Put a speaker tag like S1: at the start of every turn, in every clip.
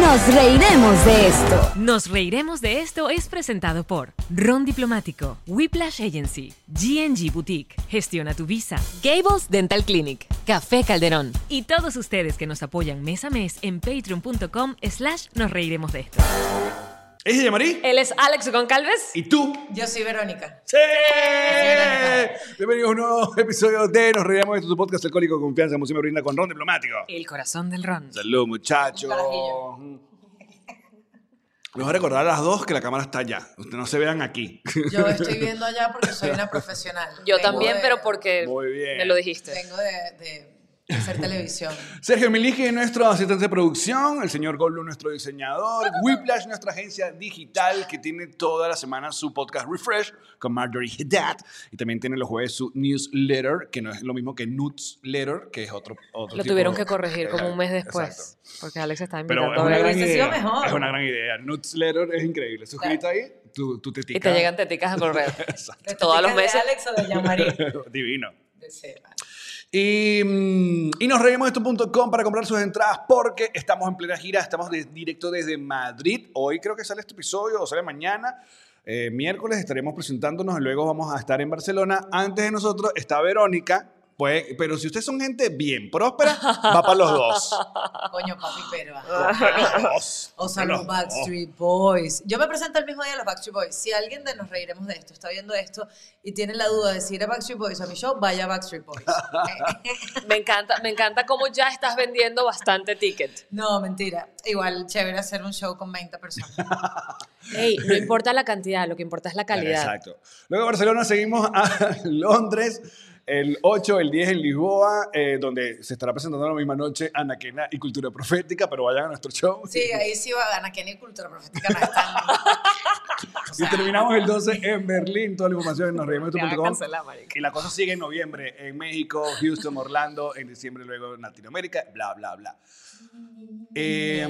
S1: Nos reiremos de esto.
S2: Nos reiremos de esto es presentado por Ron Diplomático, Whiplash Agency, GNG Boutique, Gestiona tu Visa, Gables Dental Clinic, Café Calderón y todos ustedes que nos apoyan mes a mes en patreon.com slash nos reiremos de esto.
S3: ¿Es ella, Marí?
S2: Él es Alex Goncalves.
S3: ¿Y tú?
S4: Yo soy Verónica.
S3: ¡Sí! Bienvenidos a un nuevo episodio de Nos Reiremos. Esto es tu podcast alcohólico de confianza, como siempre brinda con Ron Diplomático.
S2: El corazón del Ron.
S3: Salud, muchachos.
S4: carajillo.
S3: Les voy a recordar a las dos que la cámara está allá. Ustedes no se vean aquí.
S4: Yo estoy viendo allá porque soy una profesional.
S2: Yo
S4: Vengo
S2: también,
S4: de-
S2: pero porque
S3: Muy bien.
S2: me lo dijiste.
S4: Vengo de, de hacer televisión.
S3: Sergio Miliki, nuestro asistente de producción, el señor Goldblum, nuestro diseñador, Whiplash, nuestra agencia digital que tiene toda la semana su podcast Refresh con Marjorie Haddad y también tiene los jueves su newsletter, que no es lo mismo que newsletter, que es otro, otro
S2: Lo
S3: tipo
S2: tuvieron
S3: de-
S2: que corregir como un mes
S3: Exacto.
S2: después. Porque Alex está invitando
S3: Pero es
S2: a
S3: una,
S2: ver.
S3: gran
S4: hubiese sido
S3: idea,
S4: mejor.
S3: es una gran idea. Newsletter es increíble. Suscríbete ahí, tú, tú te
S2: Y te llegan teticas a correo.
S4: ¿De
S2: Todos los
S4: teticas
S2: meses.
S4: De Alex o de Yamari.
S3: Divino.
S4: De Seba.
S3: Y, mm, y nos reiremos de esto.com para comprar sus entradas porque estamos en plena gira, estamos de- directo desde Madrid. Hoy creo que sale este episodio o sale mañana. Eh, miércoles estaremos presentándonos, luego vamos a estar en Barcelona. Antes de nosotros está Verónica, pues, pero si ustedes son gente bien próspera, va para los dos.
S4: Coño, papi, pero.
S3: Va
S4: ajá.
S3: para los dos.
S4: O sea,
S3: Va para
S4: los Backstreet Boys. Yo me presento el mismo día a los Backstreet Boys. Si alguien de nos reiremos de esto, está viendo esto y tiene la duda de si ir a Backstreet Boys o a mi show, vaya a Backstreet Boys.
S2: Me encanta, me encanta cómo ya estás vendiendo bastante ticket.
S4: no, mentira. Igual, chévere hacer un show con 20 personas.
S2: Ey, no importa la cantidad, lo que importa es la calidad.
S3: Exacto. Luego de Barcelona seguimos a Londres, el 8, el 10 en Lisboa, eh, donde se estará presentando la misma noche Anaquena y Cultura Profética, pero vayan a nuestro show.
S4: Sí, ahí sí va Ana Kenny Cultura Profética no están.
S3: Y terminamos el 12 en Berlín. Toda la información en nosreiremos.com.
S2: cancelar, marica.
S3: Y la cosa sigue en noviembre en México, Houston, Orlando, en diciembre luego en Latinoamérica, bla, bla, bla. Eh,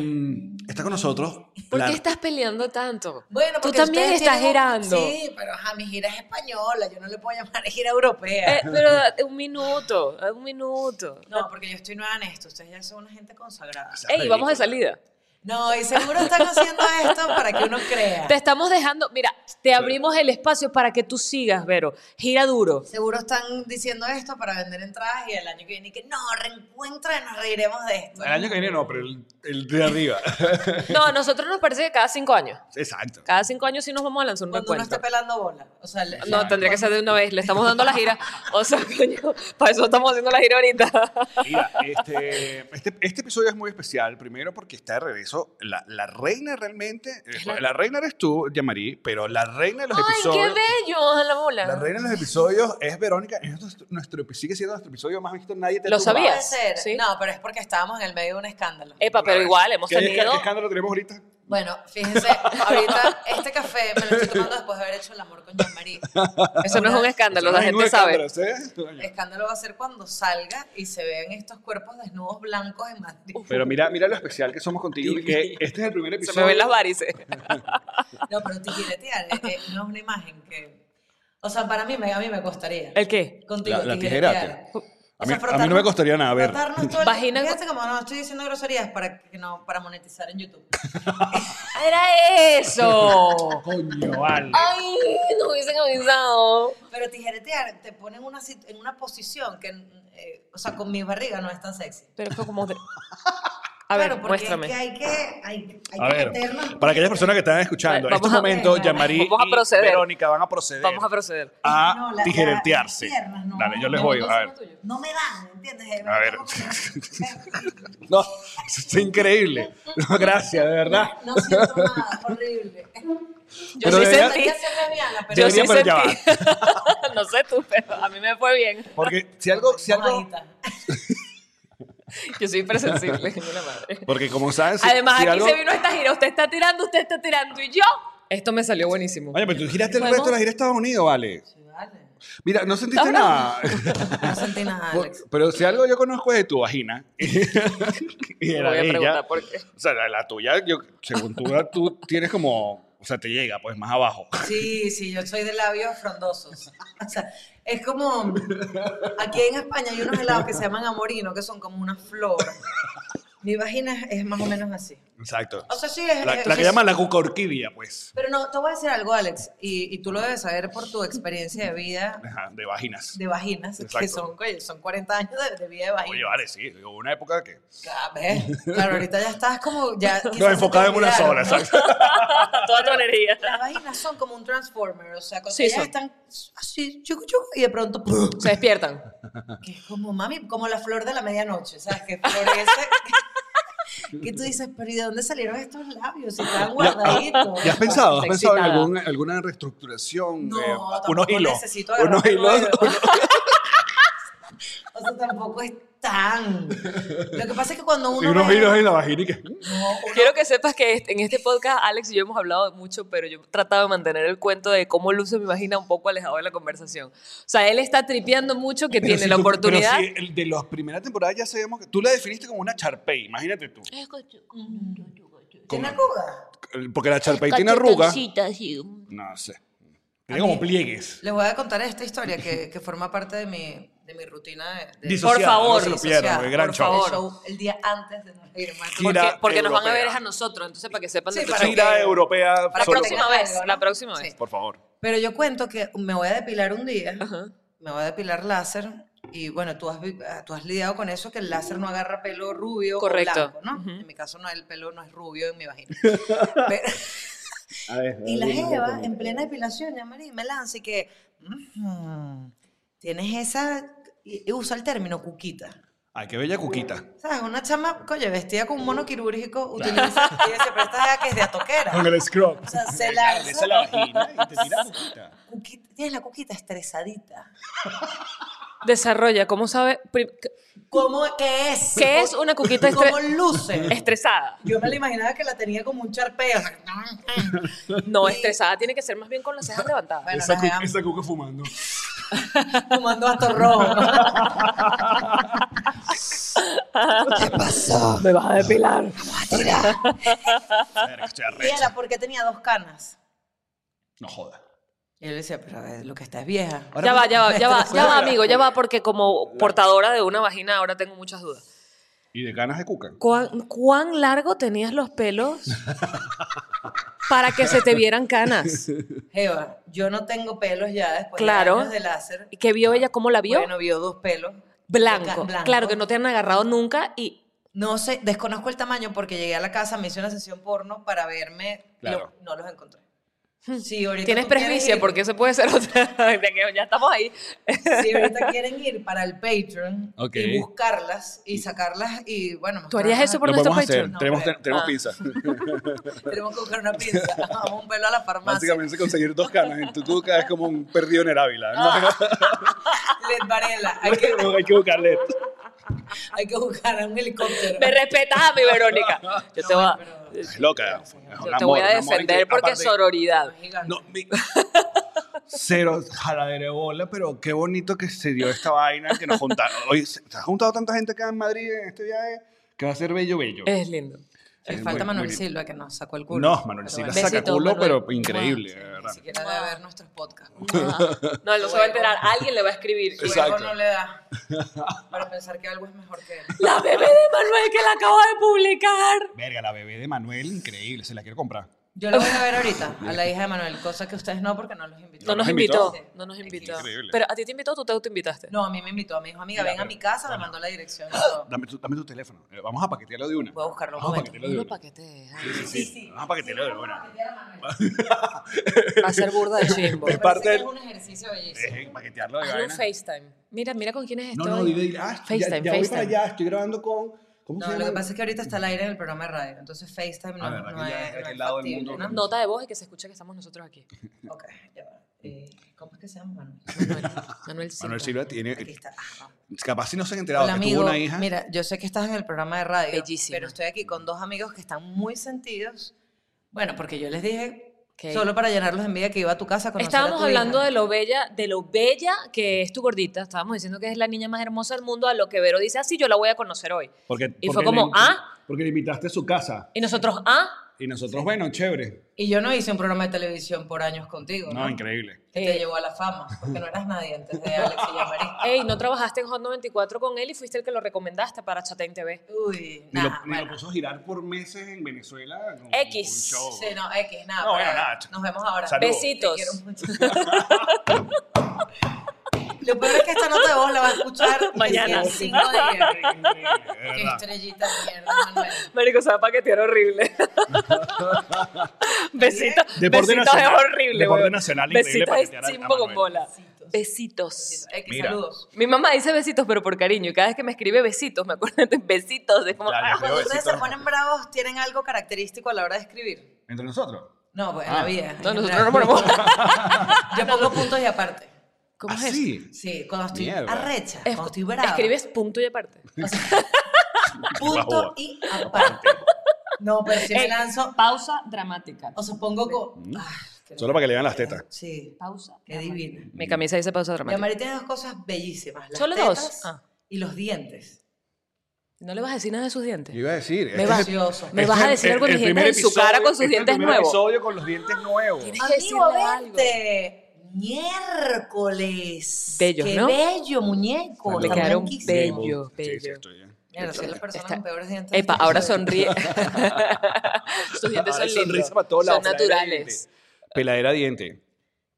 S3: está con nosotros.
S2: ¿Por
S3: la-
S2: qué estás peleando tanto?
S4: Bueno,
S2: Tú
S4: porque
S2: también
S4: ustedes
S2: estás
S4: tienen-
S2: girando.
S4: Sí, pero ajá, mi gira es española, yo no le puedo llamar gira europea.
S2: Eh, pero eh, un minuto, eh, un minuto.
S4: no, porque yo estoy nueva en esto, ustedes ya son una gente consagrada.
S2: Ey, vamos de salida.
S4: No, y seguro están haciendo esto para que uno crea.
S2: Te estamos dejando, mira, te abrimos el espacio para que tú sigas, Vero. Gira duro.
S4: Seguro están diciendo esto para vender entradas y el año que viene que no, reencuentra y nos reiremos de esto.
S3: El año que viene no, pero el, el de arriba.
S2: No, a nosotros nos parece que cada cinco años.
S3: Exacto.
S2: Cada cinco años sí nos vamos a lanzar un
S4: Cuando uno
S2: recuento.
S4: esté pelando bola. O sea, le-
S2: No, tendría que ser de una vez. Le estamos dando la gira. O sea, coño, para eso estamos haciendo la gira ahorita.
S3: Mira, este, este, este episodio es muy especial, primero porque está de regreso la, la reina realmente, eh, la, reina eres tú, Yamari, pero la reina de los
S2: ¡Ay, qué
S3: episodios...
S2: bello! La bola.
S3: La reina de los episodios es Verónica, es nuestro, nuestro- sigue siendo nuestro episodio más visto, nadie te
S2: Lo
S3: tumba.
S2: sabía.
S4: Puede ser.
S2: Sí.
S4: No, pero es porque estábamos en el medio de un escándalo.
S2: Epa, pero igual hemos
S3: ¿Qué, qué
S2: tenido...
S3: escándalo tenemos ahorita?
S4: Bueno, fíjense, ahorita este café me lo estoy tomando después de haber hecho el amor con Jean-Marie.
S2: Eso no es un escándalo, la
S3: Ningún
S2: gente sabe.
S3: escándalo, ¿sí?
S4: Escándalo va a ser cuando salga y se vean estos cuerpos desnudos blancos en Madrid.
S3: Pero mira, mira lo especial que somos contigo, que este es el primer
S2: Se
S3: episodio.
S2: me ven las varices.
S4: No, pero tijeretear eh, eh, no es una imagen que... O sea, para mí, me, a mí me costaría.
S2: ¿El qué?
S4: Contigo,
S3: La- la
S4: tijeretear.
S3: tijerate. A mí- a
S4: O sea,
S3: mí
S4: frotarnos-
S3: no me costaría nada, a ver.
S4: frotarnos todo el-
S2: Vagina-
S4: Fíjate como no estoy diciendo groserías para, que no, para monetizar en YouTube.
S2: Ah, ¡Era eso!
S3: Coño, vale.
S2: ¡Ay, nos hubiesen avisado!
S4: Pero tijeretear te ponen una, sit- en una posición que, eh, o sea, con mi barriga no es tan sexy.
S2: Pero fue como... de- A ver,
S4: Claro, porque
S2: muéstrame.
S4: Es que hay que, hay, hay
S3: A
S4: que
S3: ver,
S4: meternos.
S3: para aquellas personas que están escuchando, en
S2: Vamos
S3: este
S2: a-
S3: momento, Yamari
S2: Vamos a
S3: y
S2: proceder.
S3: Verónica van a proceder.
S2: Vamos a proceder.
S3: a
S4: No, la- la-
S3: tijeretearse.
S4: las piernas, no.
S3: Ah, Dale, yo les
S4: No,
S3: voy,
S4: no
S3: a ver.
S4: No me dan, ¿entiendes? Eh,
S3: A ver.
S4: tengo que-
S3: No, eso está increíble. No, gracias, de verdad.
S4: No siento nada, horrible.
S2: Yo
S3: Pero
S2: sí
S3: debería-
S2: sentí...
S3: Yo
S2: Yo sí
S3: Debería, pero ya
S2: sentí... No sé tú, pero a mí me fue bien.
S3: Porque si algo, si algo,
S2: Yo soy hipersensible, coño la madre.
S3: porque como saben, si,
S2: Además,
S3: si
S2: aquí
S3: algo-
S2: se vino esta gira. Usted está tirando, usted está tirando y yo. Esto me salió buenísimo.
S3: Oye, pero tú giraste el
S2: ¿Podemos?
S3: resto de la gira a Estados Unidos, vale.
S4: Vale.
S3: Mira, no
S2: No,
S3: sentiste
S2: no.
S3: nada.
S4: No sentí nada, Alex.
S3: Pero si algo yo conozco es de tu vagina. y de
S2: Te
S3: la
S2: voy a
S3: de ella.
S2: preguntar por qué.
S4: pues.
S3: O sea, la, la tuya, yo, según tú, la- tú tienes como, o sea, te llega pues más abajo.
S4: Sí, sí, yo soy de labios frondosos. O sea, es como. Aquí en España hay unos helados que se llaman amorino, que son como una flor. Mi vagina es más o menos así.
S3: Exacto.
S4: O sea, sí es.
S3: La,
S4: es-
S3: la que
S4: es-
S3: llaman la cuca orquídea, pues.
S4: Pero no, te voy a decir algo, Alex, y, y tú lo debes saber por tu experiencia de vida
S3: Ajá, de vaginas.
S4: de vaginas,
S3: Exacto.
S4: que son, oye, son 40 años de, de vida de
S3: Oye,
S4: vaginas.
S3: vale, sí. Hubo una época que.
S4: A ver, Claro, ahorita ya estás como. Ya, quizás se
S3: No,
S4: te
S3: enfocada en una
S4: olvidaron,
S3: sola,
S4: ¿no?
S3: exacto.
S2: Toda tu energía.
S4: Las vaginas son como un transformer, o sea, cuando
S2: Sí,
S4: ellas
S2: son.
S4: están así, chucu, chucu, y de pronto,
S2: Se despiertan.
S4: que es como mami, como la flor de la medianoche, ¿sabes? Que florece. que tú dices, pero ¿y de dónde salieron estos labios? Si están guardaditos.
S3: ¿Ya has pensado?
S2: Está
S3: ¿Has pensado en
S2: excitada.
S3: algún- alguna reestructuración?
S4: No,
S3: de
S4: tampoco
S3: unos hilos.
S4: necesito agarrar
S3: unos
S4: un
S3: hilos.
S4: nuevo. O sea, tampoco es tan. Lo que pasa es que cuando
S3: y
S4: uno.
S3: unos
S4: ve-
S3: hilos en la vagina y que.
S2: Quiero que sepas que este- en este podcast Alex y yo hemos hablado mucho, pero yo he tratado de mantener el cuento de cómo luce mi vagina un poco alejado de la conversación. O sea, él está tripeando mucho que
S3: Pero
S2: tiene
S3: si
S2: la
S3: tú-
S2: oportunidad.
S3: Pero si el de las primeras temporadas ya sabemos que tú la definiste como una charpey, imagínate tú. Como-
S4: ¿Tiene arruga?
S3: Porque la charpey tiene arruga.
S5: así.
S3: No sé. Tiene como pliegues.
S4: Les voy a contar esta historia que, que forma parte de mi, de mi rutina. de- de-
S3: Disociada,
S2: favor,
S3: no se lo
S4: disociada,
S3: pierdan, porque gran
S4: por
S3: show.
S4: favor. Show El día antes de nos reírnos.
S3: Gira
S2: porque porque nos van a
S3: europea.
S2: ver es a nosotros, entonces para que sepan
S4: Sí,
S2: de
S4: para
S3: Gira
S4: que-
S3: europea.
S2: La
S4: Solo-
S2: próxima
S4: tengan
S2: vez,
S4: algo, ¿no?
S2: la próxima vez.
S3: Por favor.
S4: Pero yo cuento que me voy a depilar un día, me voy a depilar láser, y bueno, tú has, vi- ah, tú has lidiado con eso, que el láser no agarra pelo rubio
S2: Correcto.
S4: o blanco, ¿no? En mi caso no, el pelo no es rubio en mi vagina. Pero- y la jeva, en plena depilación, ya María, me lanza y que, "Ujú, tienes esa, y y usa el término cuquita.
S3: Ay, qué bella cuquita.
S4: ¿Sabes? Una chama, coño, vestida con un mono quirúrgico, utiliza, ella se presta jeva que es de atoquera.
S3: Con el scrub.
S4: O sea, se
S3: Claro, esa
S4: lanza.
S3: es la vagina y te tira cuquita.
S4: cuquita- tienes la cuquita estresadita.
S2: Desarrolla, ¿cómo sabe? Pri-
S4: ¿Cómo, ¿Qué es?
S2: ¿Qué es una cuquita estre- Este
S4: ¿Cómo luce?
S2: estresada?
S4: Yo me la imaginaba que la tenía como un charpeo. ¡ah!
S2: No,
S4: Y-
S2: estresada tiene que ser más bien con las cejas levantadas.
S4: Bueno,
S3: Esa,
S4: la
S3: cu-
S4: jeva
S3: esa cuca fumando.
S4: fumando hasta rojo.
S2: Me vas a depilar.
S3: Verga, estoy
S4: Y
S3: arrecho.
S4: era porque tenía dos canas.
S3: No joda.
S4: Y yo le decía, pero a ver, lo que está es vieja.
S2: Ya va, ya va, ya va, ya va,
S3: Ahora-
S2: amigo, ya va, porque como portadora de una vagina ahora tengo muchas dudas.
S3: Y de ganas de cuca.
S2: ¿Cuán, cuán largo tenías los pelos para que se te vieran canas?
S4: Jeva, yo no tengo pelos ya después
S2: Claro.
S4: de años de láser.
S2: ¿Y ¿Qué vio ella? ¿Cómo la vio?
S4: Bueno, vio dos pelos.
S2: blanco.
S4: Blanca- blanco.
S2: Claro, que no te han agarrado nunca y
S4: No sé, desconozco el tamaño porque llegué a la casa, me hice una sesión porno para verme.
S3: Claro.
S4: Lo- no los encontré. Sí, ahorita
S2: Hmm. tienes
S4: tú quieres
S2: presbicia
S4: ir-
S2: porque eso puede ser otra. de que ya estamos ahí.
S4: Si ahorita quieren ir para el Patreon
S3: Ok.
S4: y buscarlas y sacarlas y bueno.
S2: ¿Tú harías
S4: mostrarlas
S2: eso
S4: a-
S2: por
S3: Lo
S2: nuestro
S3: podemos hacer.
S2: Patreon?
S4: No,
S3: tenemos
S4: pero-
S3: tenemos
S2: Ah.
S3: pinza.
S4: Tenemos que buscar una pinza. Vamos un pelo a la farmacia.
S3: Básicamente conseguir dos canas en tu cuca es como un perdido en el Ávila.
S2: Ah.
S4: Led Varela. Hay que,
S3: Hay que buscarle.
S4: hay que buscar un helicóptero.
S2: Me respetas a mi Verónica. Yo te voy a,
S3: Es loca. Es un
S2: yo te
S3: amor,
S2: voy
S3: un
S2: a
S3: amor
S2: defender
S3: increíble.
S2: porque
S3: Aparte-
S2: sororidad.
S4: Gigante.
S3: No, mi- Cero jaladera de bola, pero qué bonito que se dio esta vaina que nos juntaron. Hoy se se ha juntado tanta gente acá en Madrid en este viaje que va a ser bello, bello.
S2: Es lindo.
S4: Le
S3: Eh,
S4: falta
S3: muy-
S4: Manuel
S3: muy bien.
S4: Silva que nos sacó el culo.
S3: No, Manuel Silva
S2: bueno.
S3: saca
S2: Besito,
S3: culo,
S2: Manuel.
S3: pero increíble, de
S4: Ni
S3: verdad.
S4: siquiera debe ver nuestros podcasts.
S2: No, él no se va a enterar. Alguien le va a escribir.
S4: Su
S3: Exacto.
S4: ego no le da para pensar que algo es mejor que él.
S2: La bebé de Manuel que la acabo de publicar.
S3: Verga, la bebé de Manuel, increíble, se la quiero comprar.
S4: Yo lo voy a ver ahorita, a la hija de Manuel, cosa que ustedes no porque no los invitó.
S2: No
S3: nos
S2: nos invitó.
S4: invitó.
S2: No nos invitó.
S3: Increíble.
S2: Pero a ti te invitó, tú te autoinvitaste.
S4: No, a mí me invitó, me dijo, amiga,
S3: Mira,
S4: ven a
S3: pero-
S4: mi casa, me mandó la dirección. y todo.
S3: Dame tu, dame tu teléfono. Eh, Vamos a paquetearlo de una.
S4: Voy a buscarlo un
S3: Vamos a
S4: momento.
S3: paquetearlo de una.
S2: paquete.
S3: Sí, sí, sí. Vamos a paquetearlo de una.
S2: Va a ser burda de chimbo.
S3: Es parte del-
S4: Es un ejercicio bellísimo.
S3: Eh, paquetearlo de
S2: Hazle un
S3: vaina.
S2: FaceTime. Mira, mira con quién es
S3: No,
S2: esto.
S3: no, dile, dile, ah, ya,
S2: FaceTime,
S3: ya voy para
S2: FaceTime.
S3: allá, estoy grabando con... ¿Cómo
S4: No,
S3: se
S4: lo que
S3: llama?
S4: pasa es que ahorita está al aire en el programa de radio, entonces FaceTime no,
S3: Ah, verdad,
S4: no
S3: que
S4: es,
S3: ya es de
S4: no
S3: aquel
S4: es
S3: lado del
S4: factible,
S3: mundo.
S4: ¿no?
S2: Nota de voz y que se escuche que estamos nosotros aquí.
S4: Ok, ya va. Eh, ¿Cómo es que se llama Manuel?
S2: Manuel, Manuel Silva.
S3: Manuel Silva
S4: Aquí
S3: tiene...
S4: está. Ah,
S3: Capaz si no se han enterado
S4: Hola,
S3: que
S4: amigo.
S3: tuvo una hija...
S4: Mira, yo sé que estás en el programa de radio,
S2: Bellísima.
S4: pero estoy aquí con dos amigos que están muy sentidos. Bueno, porque yo les dije,
S2: Ok.
S4: solo para llenarlos de envidia, que iba a tu casa a conocer
S2: Estábamos
S4: a tu
S2: hablando
S4: hija.
S2: de lo bella, de lo bella que es tu gordita. Estábamos diciendo que es la niña más hermosa del mundo, a lo que "Ah, Vero dice, así yo la voy a conocer hoy.
S3: Porque,
S2: Y
S3: porque
S2: fue como,
S3: le-
S2: ah.
S3: Porque le invitaste a su casa.
S2: Y nosotros, ah,
S3: Y nosotros, bueno, chévere.
S4: Y yo no hice un programa de televisión por años contigo, ¿no?
S3: No, increíble.
S4: Que
S2: Eh.
S4: te llevó a la fama, porque no eras nadie antes de Alex y Yamari.
S2: Ey, no trabajaste en Hot 94 con él y fuiste el que lo recomendaste para Chatén TV.
S4: Uy,
S3: Ni lo,
S4: nada,
S3: ni lo
S4: bueno.
S3: puso a girar por meses en Venezuela. con-
S2: X.
S3: con un show.
S4: Sí, no, X, nada.
S3: No,
S4: para-
S3: bueno, nada, ch-
S4: Nos vemos ahora.
S3: Saludos.
S2: Besitos.
S4: Te quiero mucho. Lo peor es que esta nota de voz la va a escuchar
S2: Mañana.
S4: El 5 de diciembre.
S3: Increíble, de
S4: Qué
S3: verdad.
S4: estrellita de mierda, Manuel.
S2: Marico, se va a paquetear horrible. Besitos.
S3: Deporte
S2: Besitos
S3: nacional.
S2: es horrible,
S3: Deporte
S2: weón.
S3: nacional, increíble
S2: Besitos es
S3: paquetear a- a
S2: chimbo con
S3: Manuel.
S2: bola.
S4: Besitos.
S2: Besitos.
S4: X,
S3: Mira.
S4: saludos.
S2: Mi mamá dice besitos, pero por cariño. Y cada vez que me escribe besitos, me acuerdo de besitos. Es como,
S3: Ya, ya.
S2: ah,
S4: Cuando ustedes
S3: besitos.
S4: se ponen bravos, ¿tienen algo característico a la hora de escribir?
S3: Entre nosotros.
S4: No, pues en
S3: Ah.
S4: la vida. en
S2: no, nosotros
S4: general.
S2: no ponemos.
S4: Yo pongo puntos y aparte.
S2: ¿Cómo es eso?
S3: Así.
S4: Sí, cuando estoy
S3: Mierda.
S4: arrecha,
S2: Es-
S4: cuando estoy brava.
S2: Escribes punto y aparte.
S4: O sea, punto
S3: Guau.
S4: y aparte. No, pero si me
S2: Ey,
S4: lanzo,
S2: Pausa dramática.
S4: o sea, pongo
S3: Mm.
S4: con... Ah, qué
S3: Solo para que le vean las tetas.
S4: Sí,
S2: Pausa.
S4: qué divina.
S2: Mi camisa dice pausa
S4: Mi
S2: dramática.
S4: Mari tiene dos cosas bellísimas. Las
S2: ¿Solo
S4: tetas
S2: dos? Ah.
S4: Y los dientes.
S2: ¿No le vas a decir nada de sus dientes.
S3: Yo iba a decir.
S2: Me
S3: este
S2: va-
S3: es el-
S4: Precioso.
S2: me
S3: este
S2: vas
S3: es
S2: a
S3: el-
S2: decir algo de
S3: el
S2: mis dientes en
S3: primer
S2: su cara con
S3: este
S2: sus
S3: es el
S2: dientes
S3: primer
S2: nuevos.
S3: episodio con los dientes nuevos.
S2: Tienes que decirle
S4: Amigo,
S2: algo.
S4: vente. Miércoles.
S2: Bellos,
S4: Qué
S2: ¿no?
S4: bello, muñeco.
S2: Le
S4: está
S2: quedaron
S4: blanquísimo.
S2: bellos. bello,
S3: Sí, sí,
S2: bello.
S3: estoy bien.
S4: Mira, son las personas
S2: Está-
S4: con peores dientes.
S2: Epa,
S3: eh,
S2: ahora
S4: son
S2: sonríe. sus dientes son
S3: Ay,
S2: lindos.
S3: sonrisa para todos
S2: Son
S3: lados, peladera de
S2: naturales.
S3: diente. Peladera de diente.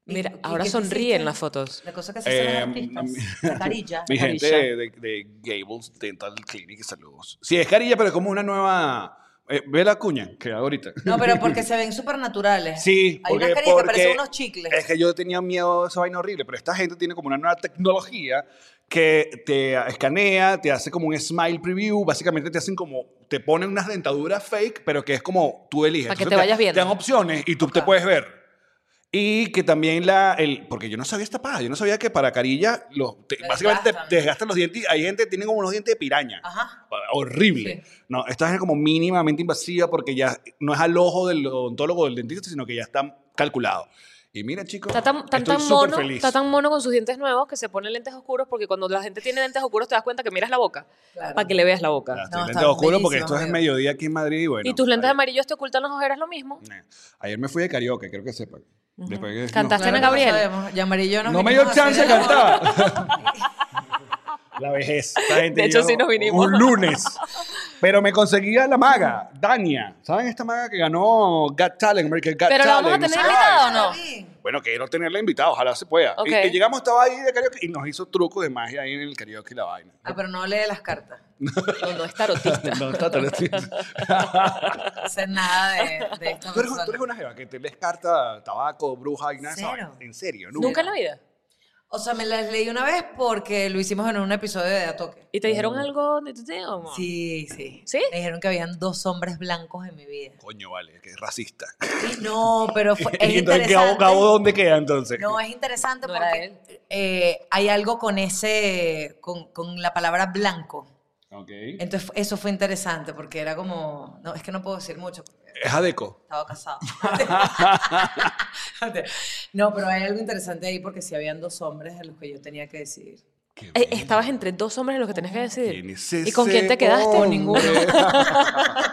S2: Mira,
S4: ¿Y- y
S2: ahora
S4: qué te
S2: sonríe
S4: hiciste?
S2: en las fotos.
S4: La cosa que se hacen
S3: Eh,
S4: los artistas. La carilla.
S3: Mi
S2: Carilla.
S3: gente de, de Gables Dental Clinic, saludos. Sí, es carilla, pero es como una nueva. eh, ve la cuña que hago ahorita.
S4: No, pero porque se ven súper naturales.
S3: Sí,
S4: Hay
S3: porque,
S4: unas carillas que
S3: porque
S4: parecen unos chicles.
S3: Es que yo tenía miedo de esa vaina horrible, pero esta gente tiene como una nueva tecnología que te escanea, te hace como un smile preview, básicamente te hacen como, te ponen unas dentaduras fake, pero que es como tú eliges.
S2: Para que
S3: Entonces
S2: te vayas viendo.
S3: Te dan opciones y tú te puedes ver. Y que también la, el, porque yo no sabía esta paja, yo no sabía que para carilla, los, te-
S4: Te
S3: básicamente te-
S4: desgastan.
S3: te desgastan los dientes, y hay gente que tiene como unos dientes de piraña
S4: Ajá.
S3: horrible. No, esta es como mínimamente invasiva porque ya no es al ojo del odontólogo o del dentista, sino que ya está calculado. Y mira, chicos,
S2: Está tan, tan,
S3: estoy
S2: tan
S3: súper
S2: mono,
S3: feliz.
S2: está tan mono con sus dientes nuevos que se pone lentes oscuros porque cuando la gente tiene lentes oscuros te das cuenta que miras la boca
S4: Claro.
S2: para que le veas la boca.
S3: Ah, estoy
S4: No,
S3: lente
S4: está
S3: oscuro porque
S4: bellísimo,
S3: esto es
S4: amigo.
S3: mediodía aquí en Madrid y bueno.
S2: y tus lentes
S3: ayer-
S2: amarillos te ocultan las ojeras lo mismo.
S3: Nah. Ayer me fui de karaoke, creo que sepan. Después que-
S2: Cantaste
S3: no,
S2: Ana Gabriel.
S4: No sabemos. Ya Mari y yo nos
S3: No me dio
S4: vinimos a
S3: chance de
S4: hacer el amor.
S3: cantar. La vejez. Esta gente
S2: De hecho,
S3: llegó
S2: sí nos vinimos.
S3: Un lunes. Pero me conseguía la maga, Dania. ¿Saben esta maga que ganó Got Talent, American Got
S2: Pero la
S3: Talent?
S2: vamos a
S3: no
S2: tener
S3: sé qué?
S2: invitada o no.
S4: Sí.
S3: Bueno, quiero tenerla invitada, ojalá se pueda.
S2: Ok.
S3: Y, y llegamos, estaba ahí de karaoke y nos hizo truco de magia ahí en el karaoke y la vaina.
S4: Ah, pero no lee las cartas.
S2: No, no es tarotista.
S3: No, está tan- tú, eres,
S4: No sé nada de, de esta persona.
S3: tú eres una jeva que te lees carta, tabaco, bruja y nada de esa
S4: Cero.
S3: vaina. En serio, nunca.
S2: Nunca en la vida.
S4: O sea, me las leí una vez porque lo hicimos en un episodio de A Toque.
S2: ¿Y te dijeron algo de tu tío o no?
S4: Sí, sí.
S2: ¿Sí?
S4: Me dijeron que habían dos hombres blancos en mi vida.
S3: Coño, vale, que es racista.
S4: Y no, pero fue, es
S3: Y entonces, Gabo,
S4: interesante.
S3: Gabo, ¿dónde queda entonces?
S4: No, es interesante
S2: No era
S4: porque eh, hay algo con ese, con, con la palabra blanco.
S3: Ok.
S4: Entonces fu- eso fue interesante porque era como, no, es que no puedo decir mucho porque
S3: Es Adeco.
S4: estaba casado. no, pero hay algo interesante ahí porque si habían dos hombres a los que yo tenía que decidir.
S3: Qué
S2: Eh,
S3: bello.
S2: Estabas entre dos hombres en los que tenías que
S3: ¿Quién
S2: decidir.
S3: es
S2: ¿Y con quién te
S3: ese
S2: quedaste?
S3: hombre?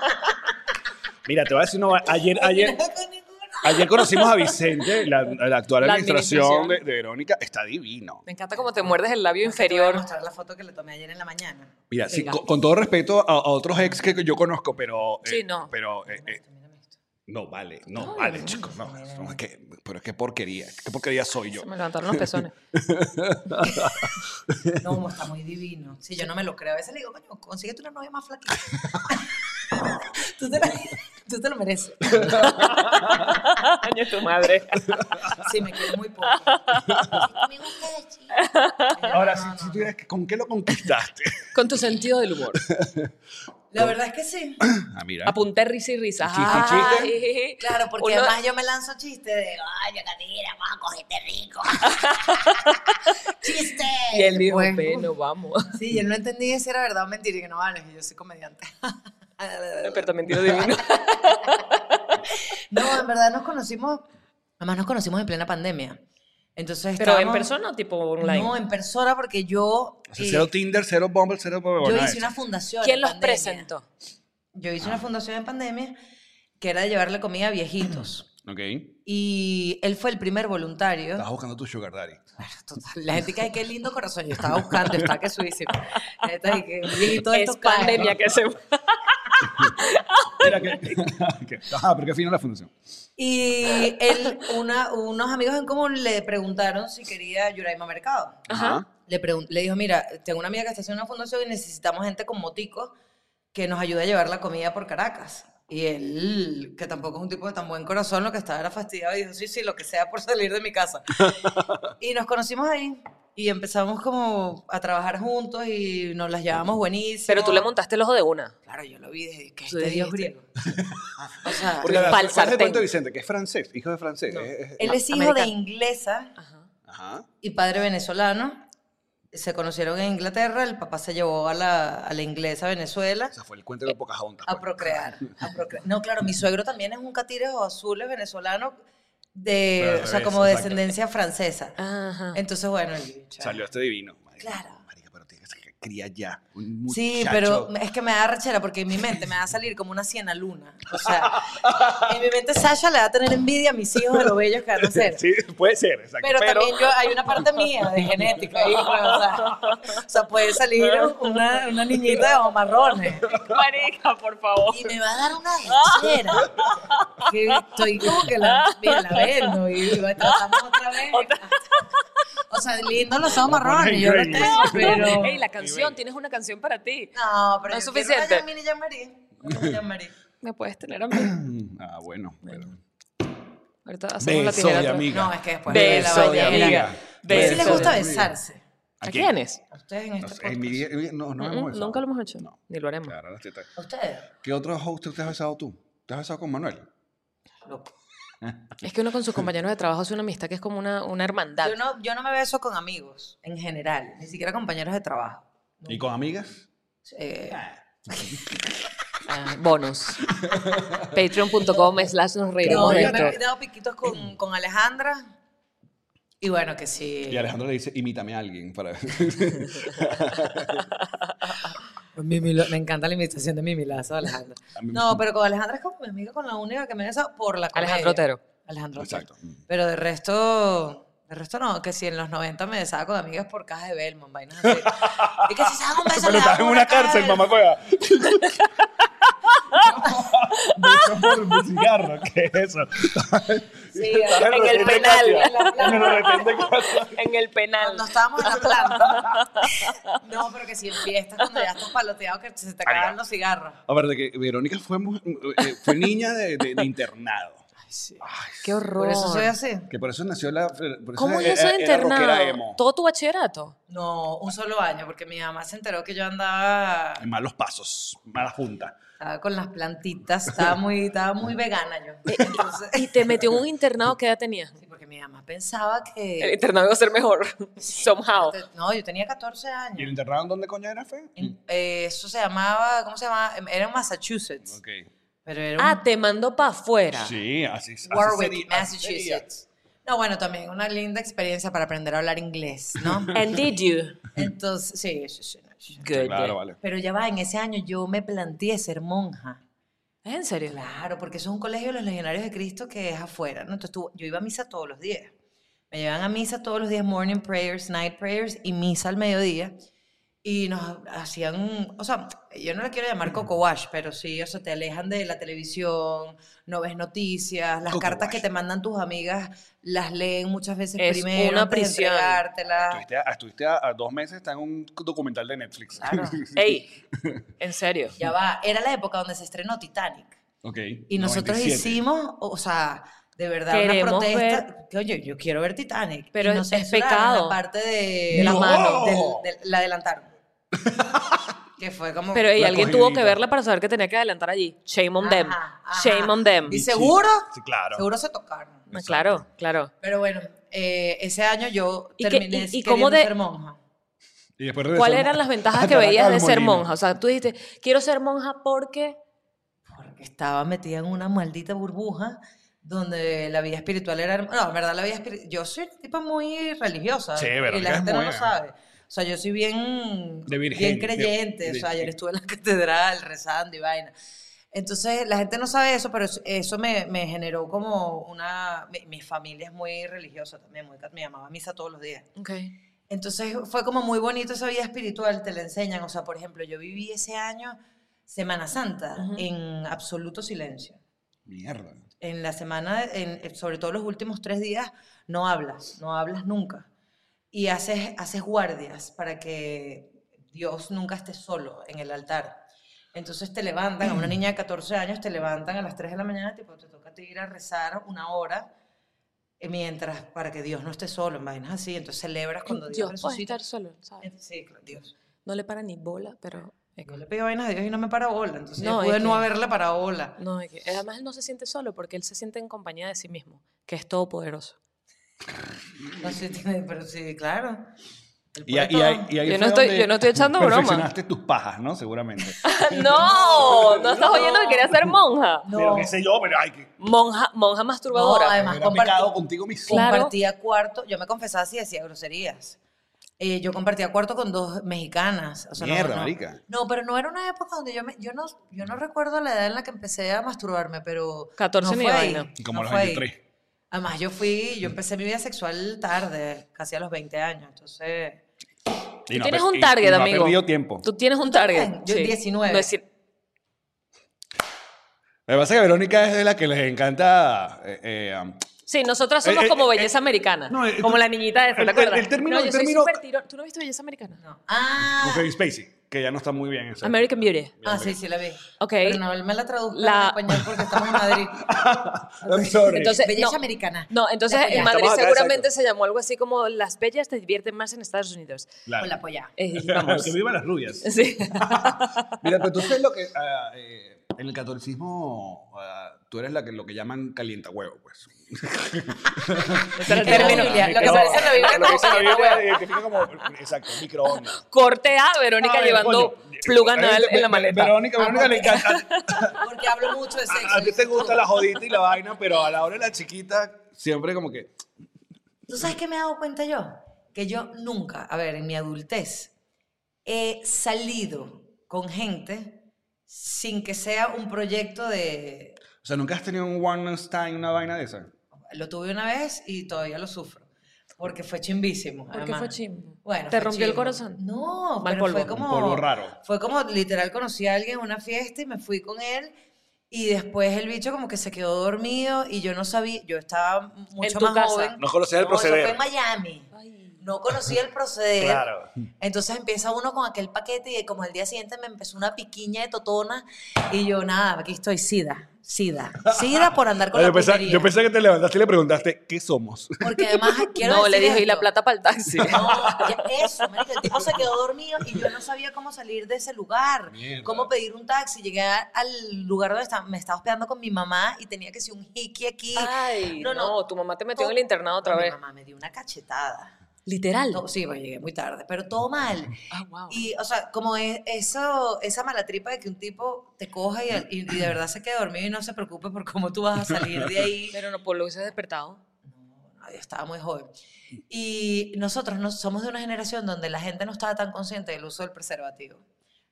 S3: Mira, te voy a decir, no, ayer, ayer,
S4: Con pues, ninguno.
S3: Ayer conocimos a Vicente, la, la actual
S2: La
S3: administración de,
S2: administración.
S3: de Verónica. Está divino.
S2: Me encanta cómo te muerdes el labio
S4: Te voy a
S2: inferior.
S4: mostrar la foto que le tomé ayer en la mañana.
S3: Mira, sí,
S2: Venga.
S3: con, con todo respeto a, a otros ex que yo conozco, pero. eh,
S2: Sí, no.
S3: Pero. eh, eh, no vale, no, vale, chicos. No, no, es que- pero qué porquería. Qué porquería soy yo.
S2: Se me levantaron los pezones.
S4: No, como está muy divino. Sí, yo no me lo creo. A veces le digo, coño, consíguete una novia más flaquita. tú, te la- tú te lo mereces.
S2: Año tu madre.
S4: Sí, me quiero muy poco.
S3: Ahora, si, si tuvieras que- ¿con qué lo conquistaste?
S2: Con tu sentido del humor.
S4: La verdad es que sí.
S3: ah, mira.
S4: pues,
S2: Apunté risa y risa.
S3: Chiste,
S2: Ah,
S3: chiste.
S2: je, je, je.
S4: Claro, porque
S2: Uno-
S4: además yo me lanzo chistes de, ay, Yacatira, vamos a cogerte rico. ¡Chiste!
S2: Y él dijo,
S4: Bueno.
S2: bueno, vamos.
S4: Sí, y él no entendía si era verdad o mentira y que no vale, yo soy comediante.
S2: Pero también tiro divino.
S4: No, en verdad nos conocimos, además nos conocimos en plena pandemia. Entonces
S2: Pero en
S4: estábamos-
S2: persona o tipo online.
S4: No, en persona porque yo...
S3: O sea,
S4: eh,
S3: cero Tinder, cero Bumble, eh, cero.
S4: yo
S3: nada de
S4: hice
S3: eso.
S4: una fundación.
S2: ¿Quién
S4: en
S2: los
S4: pandemia.
S3: Ah.
S2: presentó?
S4: Yo hice una fundación en pandemia que era de llevarle comida a viejitos.
S6: Ok.
S4: Y él fue el primer voluntario.
S3: Ah.
S6: Estás buscando tu sugar daddy.
S4: Claro, total. La gente que ay, qué lindo corazón. Yo estaba buscando, está que suísimo. Está que un viejito de
S2: Es
S4: estos cae,
S2: pandemia
S4: ¿no?
S2: que se...
S6: Mira que... Ok. Ah, pero qué fino la fundación.
S4: Y él, una, unos amigos en común le preguntaron si quería Yuraima Mercado.
S2: Ajá.
S4: Le, pregun- le dijo, mira, tengo una amiga que está haciendo una fundación y necesitamos gente con moticos que nos ayude a llevar la comida por Caracas. Y él, que tampoco es un tipo de tan buen corazón, lo que estaba era fastidiado y dijo, sí, sí, lo que sea por salir de mi casa. y nos conocimos ahí y empezamos como a trabajar juntos y nos las llevamos buenísimo.
S2: Pero tú le montaste el ojo de una.
S4: Claro, yo lo vi desde que este
S2: Tú de Dios griego.
S4: O sea,
S6: Porque la
S2: Pa'l
S6: ¿cuál es el cuento
S2: sartén.
S6: de Vicente, que es francés, hijo de francés. es- es-
S4: él es hijo de
S2: Americano.
S4: inglesa
S2: Ajá.
S6: Ajá.
S4: y padre venezolano. Se conocieron en Inglaterra, el papá se llevó a la, a la inglesa a Venezuela
S6: O sea, fue el
S4: Eh,
S6: cuento de pocas ondas.
S3: pues.
S4: a procrear, a procrear. No, claro, mi suegro también es un catire o azul es venezolano, de,
S6: Pero al
S4: o sea,
S6: revés,
S4: como de
S6: exacto.
S4: descendencia francesa.
S2: Ah. Ajá.
S4: Entonces, bueno, el-
S6: Salió este divino. Marica,
S4: Claro.
S6: Marica, pero tienes que cría ya. Un muchacho.
S4: Sí, pero es que me da rechera porque en mi mente me va a salir como una siena luna. O sea, en mi mente Sasha le va a tener envidia a mis hijos de lo bellos que van a ser.
S6: Sí, puede ser, exacto.
S4: Pero, también yo, hay una parte mía de genética ahí, pues, o, sea, o sea, puede salir una, una niñita de ojos marrones.
S2: Marica, por favor.
S4: Y me va a dar una lechera. Que estoy como que la, mira, la vendo y digo, tratamos otra vez. O sea, lindo los ojos marrones, yo lo
S6: increíble.
S4: tengo, pero...
S2: Ey, la canción, tienes una canción para ti.
S4: No, pero
S2: No es
S4: yo quiero
S2: suficiente.
S4: una Yamini Yamari, una Yamari.
S2: Me puedes tener a mí.
S3: Mm,
S6: Ah, bueno. pero-
S2: Ahorita hacemos la
S6: Beso de
S2: tijereta.
S6: amiga.
S4: No, es que después de la
S2: Beso de
S4: ballena.
S2: amiga.
S4: ¿A ustedes les
S2: Beso
S4: gusta
S2: de-
S4: besarse?
S2: ¿A quiénes?
S4: ¿A ustedes en
S6: No,
S4: este
S6: sé, en mi
S4: podcast?
S6: vida- no, no hemos
S2: Mm,
S6: besado.
S2: Nunca lo hemos hecho.
S6: No.
S2: Ni lo haremos.
S6: Claro, las tetas.
S4: ¿A ustedes?
S6: ¿Qué otro host te has besado tú? ¿Te has besado con Manuel?
S4: Loco.
S2: Es que uno con sus compañeros de trabajo hace una amistad que es como una, una hermandad.
S4: Yo no, yo no me beso con amigos, en general, ni siquiera compañeros de trabajo.
S6: ¿Y con amigas?
S4: Eh,
S2: Ah, bonus. Patreon.com slash nos reiremos
S4: no,
S2: de
S4: yo me he
S2: esto.
S4: dado piquitos con, con Alejandra. Y bueno, que sí.
S6: Y Alejandro le dice, imítame a alguien para
S4: Mimi Lo- me encanta la imitación de Mimi Lazo, Alejandra.
S6: A mí-
S4: No, pero con Alejandra es como mi amiga con la única que me besa por la comedia.
S2: Alejandro Otero.
S4: Alejandro Otero.
S6: Exacto. Mm.
S4: Pero de resto, de resto no, que si en los 90 me besaba con amigas por cajas de Belmont, vainas así. y que si se daban un beso,
S6: Pero
S4: le
S6: estás
S4: daban
S6: en una
S4: caja de
S6: cárcel,
S4: Belmont.
S6: mamá cueva. Beso por un cigarro, ¿qué es eso?
S4: Sí,
S6: pues. Estás
S2: en el
S6: retén de
S2: penal.
S6: Katia. En el retén de Katia.
S2: En el penal.
S4: cuando estábamos en la planta. No, pero que si en fiestas, cuando ya estás paloteado, que se te acaban los cigarros.
S6: Aparte que Verónica fue, mu- eh, fue niña de, de- de internado.
S2: Qué horror.
S4: Por eso soy así.
S6: Que por eso nació la... por
S2: ¿Cómo
S6: Pues era-
S2: es eso de
S6: era rockera
S2: internado?
S6: emo.
S2: ¿Todo tu bachillerato?
S4: No, un solo año, porque mi mamá se enteró que yo andaba,
S6: En malos pasos, mala junta.
S4: estaba con las plantitas, estaba muy, estaba muy vegana yo. Entonces,
S2: ¿Y te metió en un internado? ¿Qué edad tenías?
S4: sí, porque mi mamá pensaba
S2: El
S4: que...
S2: internado iba a ser mejor. Somehow.
S4: No, yo tenía 14
S6: ¿Y el
S4: años.
S6: internado en dónde coño era, Fe?
S4: En- eh, eso se llamaba, ¿cómo se llamaba? Em, Era en Massachusetts.
S6: Ok.
S4: Pero era un
S2: Ah, te mandó para afuera.
S6: Sí, así, así
S4: Warwick,
S6: sería- así sería.
S4: Massachusetts. No, bueno, también una linda experiencia para aprender a hablar inglés, ¿no?
S2: And did you?
S4: Entonces, sí, sí, sí, no, sí.
S2: Good.
S6: Claro, vale.
S4: Pero ya va, en ese año yo me planteé ser monja.
S2: ¿Es en serio?
S4: Claro, porque eso es un colegio de los legionarios de Cristo que es afuera, ¿no? Entonces tú- yo iba a misa todos los días. Me llevaban a misa todos los días, morning prayers, night prayers y misa al mediodía. Y nos hacían, o sea, yo no le quiero llamar coco wash, pero sí, o sea, te alejan de la televisión, no ves noticias, las
S6: Coco
S4: cartas que
S6: wash.
S4: te mandan tus amigas las leen muchas veces
S2: Es
S4: primero
S2: una
S4: antes de
S2: prisión.
S4: entregártelas.
S6: Estuviste, a, estuviste a, a dos meses, está en un documental de Netflix.
S4: Claro.
S2: Ey, en serio.
S4: Ya va, era la época donde se estrenó Titanic.
S6: ok.
S4: Y nosotros
S6: 97.
S4: hicimos, o sea, de verdad,
S2: Queremos
S4: una protesta. que, Oye, yo quiero ver Titanic.
S2: Pero
S4: Y
S2: es-
S4: nos
S2: es
S4: censuraron
S2: pecado.
S4: La parte de
S2: De la
S4: la
S6: mano.
S4: mano. la adelantaron. que fue como.
S2: Pero ey,
S6: La
S2: alguien
S6: cogidita.
S2: tuvo que verla para saber que tenía que adelantar allí. Shame on them.
S4: Ajá, ajá.
S2: Shame on them.
S4: ¿Y seguro?
S6: Sí, claro.
S4: Seguro se tocaron.
S2: Ah, Claro, claro.
S4: Pero bueno, eh, ese año yo
S2: ¿Y qué-
S4: terminé
S2: y- y
S4: queriendo
S2: cómo de-
S4: ser monja.
S6: Y después regresamos
S2: ¿Cuáles eran las ventajas
S6: a
S2: que
S6: Caracas
S2: veías
S6: al
S2: de ser
S6: Molino.
S2: monja? O sea, tú dijiste, quiero ser monja porque...
S4: Porque estaba metida en una maldita burbuja donde la vida espiritual era... No, en verdad la vida espiritual... Yo soy una tipa muy religiosa.
S6: Sí,
S4: Y
S6: Verónica
S4: la
S6: es
S4: gente no
S6: muy-
S4: lo sabe. O sea, yo soy bien...
S6: De virgen,
S4: Bien
S6: de-
S4: creyente.
S6: de-
S4: o sea, ayer estuve en la catedral rezando y vaina. Entonces, la gente no sabe eso, pero es- eso me, me generó como una... Mi, mi familia es muy religiosa también, muy, cat- me llamaba a misa todos los días.
S2: Ok.
S4: Entonces fue como muy bonito esa vida espiritual, te la enseñan. O sea, por ejemplo, yo viví ese año Semana Santa
S2: Ujú.
S4: en absoluto silencio.
S6: Mierda.
S4: En la semana, en- eh, sobre todo los últimos tres días, no hablas, no hablas nunca. Y haces, haces guardias para que Dios nunca esté solo en el altar. Entonces te levantan, a una niña de 14 años te levantan a las 3 de la mañana, tipo, te toca a ti ir a rezar una hora, eh, mientras, para que Dios no esté solo, en vainas así. Entonces celebras cuando Dios,
S2: Eh, Dios puede
S4: resucita.
S2: estar solo, ¿sabes?
S4: Eh, Sí, claro, Dios.
S2: No le para ni bola, pero...
S4: Yo le pido vainas a Dios y no me para bola. Entonces
S2: No,
S4: yo
S2: es
S4: pude no
S2: que-
S4: haberle parado bola.
S2: No, es que además él no se siente solo porque él se siente en compañía de sí mismo, que es todopoderoso.
S4: No sé, tiene- pero sí, claro. Él
S6: Y,
S4: puede
S6: ahí- y ahí-
S4: todo.
S6: y ahí
S2: Yo
S6: fue
S2: no estoy-
S6: donde
S2: yo no estoy
S6: tú
S2: echando broma.
S6: Perfeccionaste tus pajas, ¿no? Seguramente.
S2: ¡No! ¿No estás oyendo que quería ser monja?
S6: Pero qué sé yo, pero hay que.
S2: Monja, monja masturbadora.
S4: No, además-
S6: Además,
S4: compartí-
S6: picado contigo mismo.
S2: Claro.
S4: Compartía cuarto, yo me confesaba si decía groserías. Eh, yo compartía cuarto con dos mexicanas. o sea, no,
S6: Mierda,
S4: no.
S6: marica.
S4: No, pero no era una época donde yo, me- yo, no, yo no recuerdo la edad en la que empecé a masturbarme, pero...
S2: 14
S4: no
S2: ni
S4: fue ahí,
S2: vaina.
S6: Y Como
S4: no
S6: los
S4: fue ahí.
S6: 23.
S4: Además, yo fui, yo empecé mi vida sexual tarde, casi a los 20 años, entonces...
S6: Y
S2: Tú
S6: no ha
S2: tienes
S6: per- y-
S2: un
S6: y
S2: target,
S6: no ha
S2: amigo.
S6: perdido tiempo.
S2: Tú tienes un
S4: también?
S2: target.
S4: Yo 19.
S2: No es decir-
S6: Lo que pasa es que Verónica es de la que les encanta. eh, eh, um,
S2: Sí, nosotras somos
S6: Eh, eh,
S2: como
S6: eh,
S2: belleza americana.
S6: no, eh,
S2: como
S6: tú-
S2: la niñita de
S6: el-
S2: ¿te acuerdas?
S6: el- el término-
S2: No, yo
S6: el
S2: soy
S6: término-
S2: súper tiro- ¿Tú no viste belleza americana?
S4: No. Ah,
S6: con Kevin Spacey, que ya no está muy bien. en esa
S2: American
S6: época.
S2: Beauty.
S4: ah, sí, sí, la vi.
S2: Ok.
S4: Pero no, él me la tradujo
S2: La-
S4: en español porque estamos en Madrid.
S6: I'm sorry.
S2: Entonces,
S4: Belleza
S2: no.
S4: americana.
S2: No, entonces
S4: La
S2: en
S4: apoyamos.
S2: Madrid
S6: Estamos acá,
S2: seguramente
S6: exacto.
S2: se llamó algo así como las bellas te divierten más en Estados Unidos.
S6: Claro.
S4: Con la polla.
S2: Eh, vamos.
S6: que vivan las rubias.
S2: Sí.
S6: Mira, pero tú sabes lo que. ah, eh, en el catolicismo, ah, tú eres la que, lo que llaman calientahuevo, pues.
S2: Ese era el
S4: Micro-
S2: término.
S4: Biblia, lo que parece la Biblia
S6: Lo que dice la
S4: como
S6: Biblia identifica como. Exacto, microondas.
S2: Corte a Verónica
S6: Ay,
S2: llevando
S6: coño.
S2: plug anal en la maleta.
S6: Verónica, Verónica
S4: Ah,
S6: le encanta.
S4: Porque hablo mucho de sexo.
S6: A, a ti Ah, te gusta la jodita y la vaina, pero a la hora de la chiquita, siempre como que.
S4: ¿Tú sabes qué me he dado cuenta yo? Que yo nunca, a ver, en mi adultez, he salido con gente sin que sea un proyecto de...
S6: O sea, ¿nunca has tenido un one night stand, una vaina de esa?
S4: Lo tuve una vez y todavía lo sufro. Porque fue chimbísimo.
S2: ¿Por qué
S4: además.
S2: fue chimbo?
S4: Bueno,
S2: ¿Te
S4: fue
S2: rompió el
S4: chimbo.
S2: corazón?
S4: No,
S2: Mal
S4: pero fue
S2: polvo.
S4: como.
S6: Un polvo raro.
S4: Fue como literal conocí a alguien en una fiesta y me fui con él. Y después el bicho como que se quedó dormido y yo no sabía, yo estaba mucho
S2: tu
S4: más
S2: casa.
S4: joven.
S6: No conocías el
S4: eso fue
S6: proceder.
S4: en Miami.
S2: Ay.
S4: No conocía el proceder.
S6: Claro.
S4: Entonces empieza uno con aquel paquete y como al día siguiente me empezó una piquiña de totona y yo nada, aquí estoy sida, sida, sida por andar con
S6: yo,
S4: la
S6: pensé,
S4: putería.
S6: yo pensé que te levantaste y le preguntaste, ¿qué somos?
S4: Porque además quiero
S2: No, le
S4: decir
S2: dije, y la
S4: esto.
S2: plata para el taxi.
S4: No, ya- eso, marica, el tipo se quedó dormido y yo no sabía cómo salir de ese lugar,
S6: Mierda.
S4: cómo pedir un taxi. Llegué a- al lugar donde estaba- me estaba hospedando con mi mamá y tenía que ser un hickey aquí.
S2: Ay, no,
S4: No, no.
S2: tu mamá te metió en el internado Ah, otra
S4: No,
S2: vez.
S4: Mi mamá me dio una cachetada.
S2: Literal.
S4: No, sí, bueno, llegué muy tarde, pero todo mal.
S2: Ah, wow.
S4: Y, o sea, como es eso, esa mala tripa de que un tipo te coja y, y de verdad se quede dormido y no se preocupe por cómo tú vas a salir de ahí.
S2: Pero no, por lo que se ha despertado.
S4: no, yo estaba muy joven. Y nosotros no, somos de una generación donde la gente no estaba tan consciente del uso del preservativo.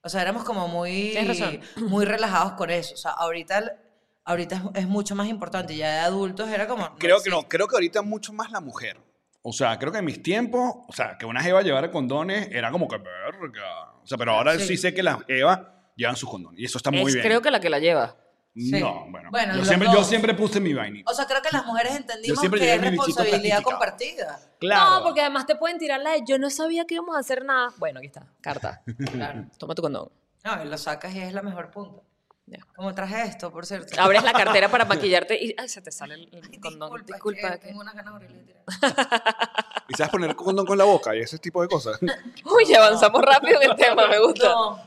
S4: O sea, éramos como muy,
S2: Tienes razón.
S4: muy relajados con eso. O sea, ahorita, ahorita es, es mucho más importante. Ya de adultos era como... no
S6: Creo que
S4: existe.
S6: no, creo que ahorita mucho más la mujer. O sea, creo que en mis tiempos, o sea, que una jeva llevara condones era como que verga. O sea, pero ahora sí,
S4: Sí.
S6: sé que las jevas llevan sus condones y eso está muy
S2: Es,
S6: bien.
S2: creo que la que la lleva.
S4: sí.
S6: No, bueno.
S4: Bueno,
S6: yo,
S4: los
S6: siempre, yo
S4: dos.
S6: siempre puse mi vainita.
S4: O sea, creo que las mujeres entendimos
S6: siempre
S4: que
S6: llegué
S4: es
S6: mi bichito
S4: responsabilidad
S6: plastificado.
S4: compartida.
S6: Claro.
S2: No, porque además te pueden tirar la de yo no sabía que íbamos a hacer nada. Bueno, aquí está, carta.
S4: Claro.
S2: Toma tu condón.
S4: No, y lo sacas y es la mejor punta.
S2: Ya.
S4: Como traje esto, por cierto.
S2: Abres la cartera para maquillarte y ay, se te sale el, el
S4: Ay,
S2: condón.
S4: Disculpa, es
S2: Disculpa,
S4: que
S2: que-
S4: tengo unas ganas horribles de tirar.
S6: Y sabes poner condón con la boca y ese tipo de cosas.
S2: Uy, avanzamos rápido en el tema, me gusta.
S4: No.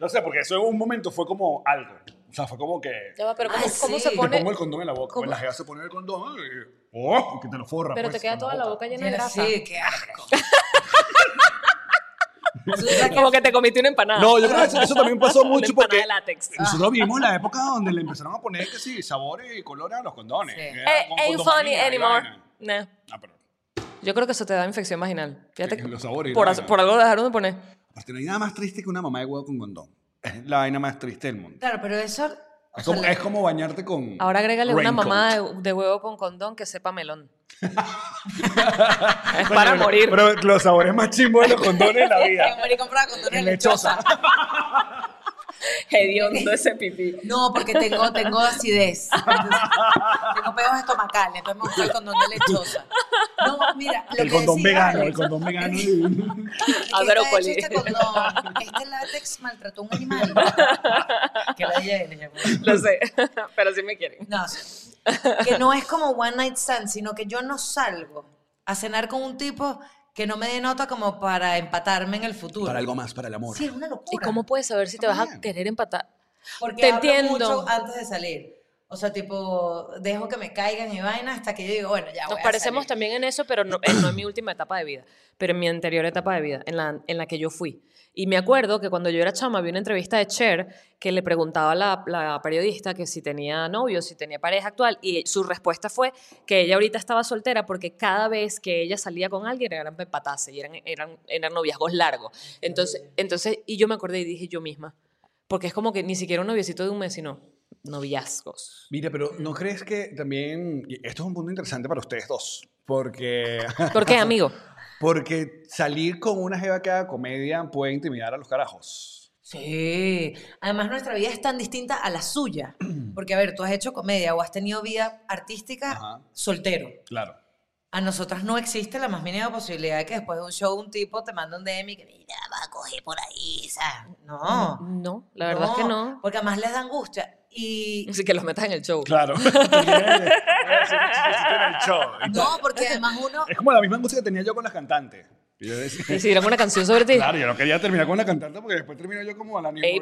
S6: no sé, porque eso en un momento fue como algo. O sea, fue como que.
S2: Ya va, pero ¿cómo,
S4: Ay,
S2: cómo
S4: sí.
S2: se
S4: Te
S6: Te
S2: pone?
S6: pongo el condón en la boca.
S2: ¿Cómo?
S6: Pues la jeva se pone el condón y, oh, que te lo forra.
S2: Pero
S6: pues,
S2: te queda
S6: con
S2: toda la boca llena de grasa.
S4: Sí, qué asco. Tú sacas-
S2: Como que te comiste una empanada.
S6: No, yo creo que eso, eso también pasó
S2: Una
S6: mucho
S2: empanada
S6: porque Ah,
S2: de látex.
S6: nosotros vimos la época donde le empezaron a poner que sí, sabores y colores a los condones.
S4: Sí.
S6: que era
S2: Eh,
S6: con
S2: ain't funny
S6: condomanía y
S2: anymore.
S6: vaina.
S2: Nah.
S6: Ah, pero
S2: Yo creo que eso te da infección vaginal. Fíjate,
S6: Los sabores y
S2: por,
S6: la
S2: as-
S6: vaina.
S2: por algo dejaron de poner.
S6: aparte no hay nada más triste que una mamá de huevo con condón. Es la vaina más triste del mundo.
S4: Claro, pero eso,
S6: Es como,
S4: Ojalá.
S6: es como bañarte con.
S2: Ahora agrégale una
S6: raincoat.
S2: mamada de, de huevo con condón que sepa melón. es
S6: Coño,
S2: para
S6: pero-
S2: morir.
S6: Pero los sabores más chimbos de los condones de la vida.
S4: compraba con
S6: En lechosa.
S2: Hediondo ese pipí.
S4: No, porque tengo, tengo acidez. Entonces, tengo pedos estomacales, entonces me gusta el condón de lechosa. No, mira, lo
S6: El
S4: que
S6: condón
S4: decía
S6: vegano,
S4: Alex,
S6: el condón vegano.
S4: es que está
S2: Agrópolis.
S4: hecho Este condón, este látex maltrató a un animal. que la llene.
S2: Lo sé, pero sí me quieren.
S4: No, o sea, que no es como one night stand, sino que yo no salgo a cenar con un tipo que no me dé nota como para empatarme en el futuro.
S6: Para algo más, para el amor.
S4: Sí, es una locura.
S2: ¿Y cómo puedes saber si te vas a querer empatar?
S4: Porque
S2: Te
S4: hablo
S2: entiendo.
S4: mucho antes de salir. O sea, tipo, dejo que me caigan y vaina hasta que yo digo, bueno, ya voy
S2: Nos
S4: a
S2: parecemos
S4: salir.
S2: también en eso, pero no, en- no en mi última etapa de vida, pero en mi anterior etapa de vida, en la, en la que yo fui. Y me acuerdo que cuando yo era chama, vi una entrevista de Cher que le preguntaba a la, la periodista que si tenía novio, si tenía pareja actual, y su respuesta fue que ella ahorita estaba soltera porque cada vez que ella salía con alguien eran pepatase y eran, eran, eran noviazgos largos. Entonces, entonces, y yo me acordé y dije yo misma, porque es como que ni siquiera un noviecito de un mes, sino noviazgos.
S6: Mira, pero ¿no crees que también. y Esto es un punto interesante para ustedes dos. Porque.
S2: ¿Por qué, amigo?
S6: Porque salir con una jeva que haga comedia puede intimidar a los carajos.
S4: Sí. Además, nuestra vida es tan distinta a la suya. Porque, a ver, tú has hecho comedia o has tenido vida artística
S6: Ajá.
S4: soltero.
S6: Claro.
S4: A nosotras no existe la más mínima posibilidad de que después de un show un tipo te mande un DM y que, mira, va a coger por ahí, ¿sabes? No.
S2: No, la verdad es que no.
S4: Porque además les da angustia. Y,
S2: Así que los metas en el show.
S6: Claro. Porque, eh, sí, sí, sí, en el show.
S4: No, porque además uno.
S6: Es como la misma angustia que tenía yo con las cantantes. Y yo decía-
S2: Y si dirán una canción sobre ti.
S6: Claro, yo no quería terminar con la cantante porque después termino yo como a la
S2: Ey,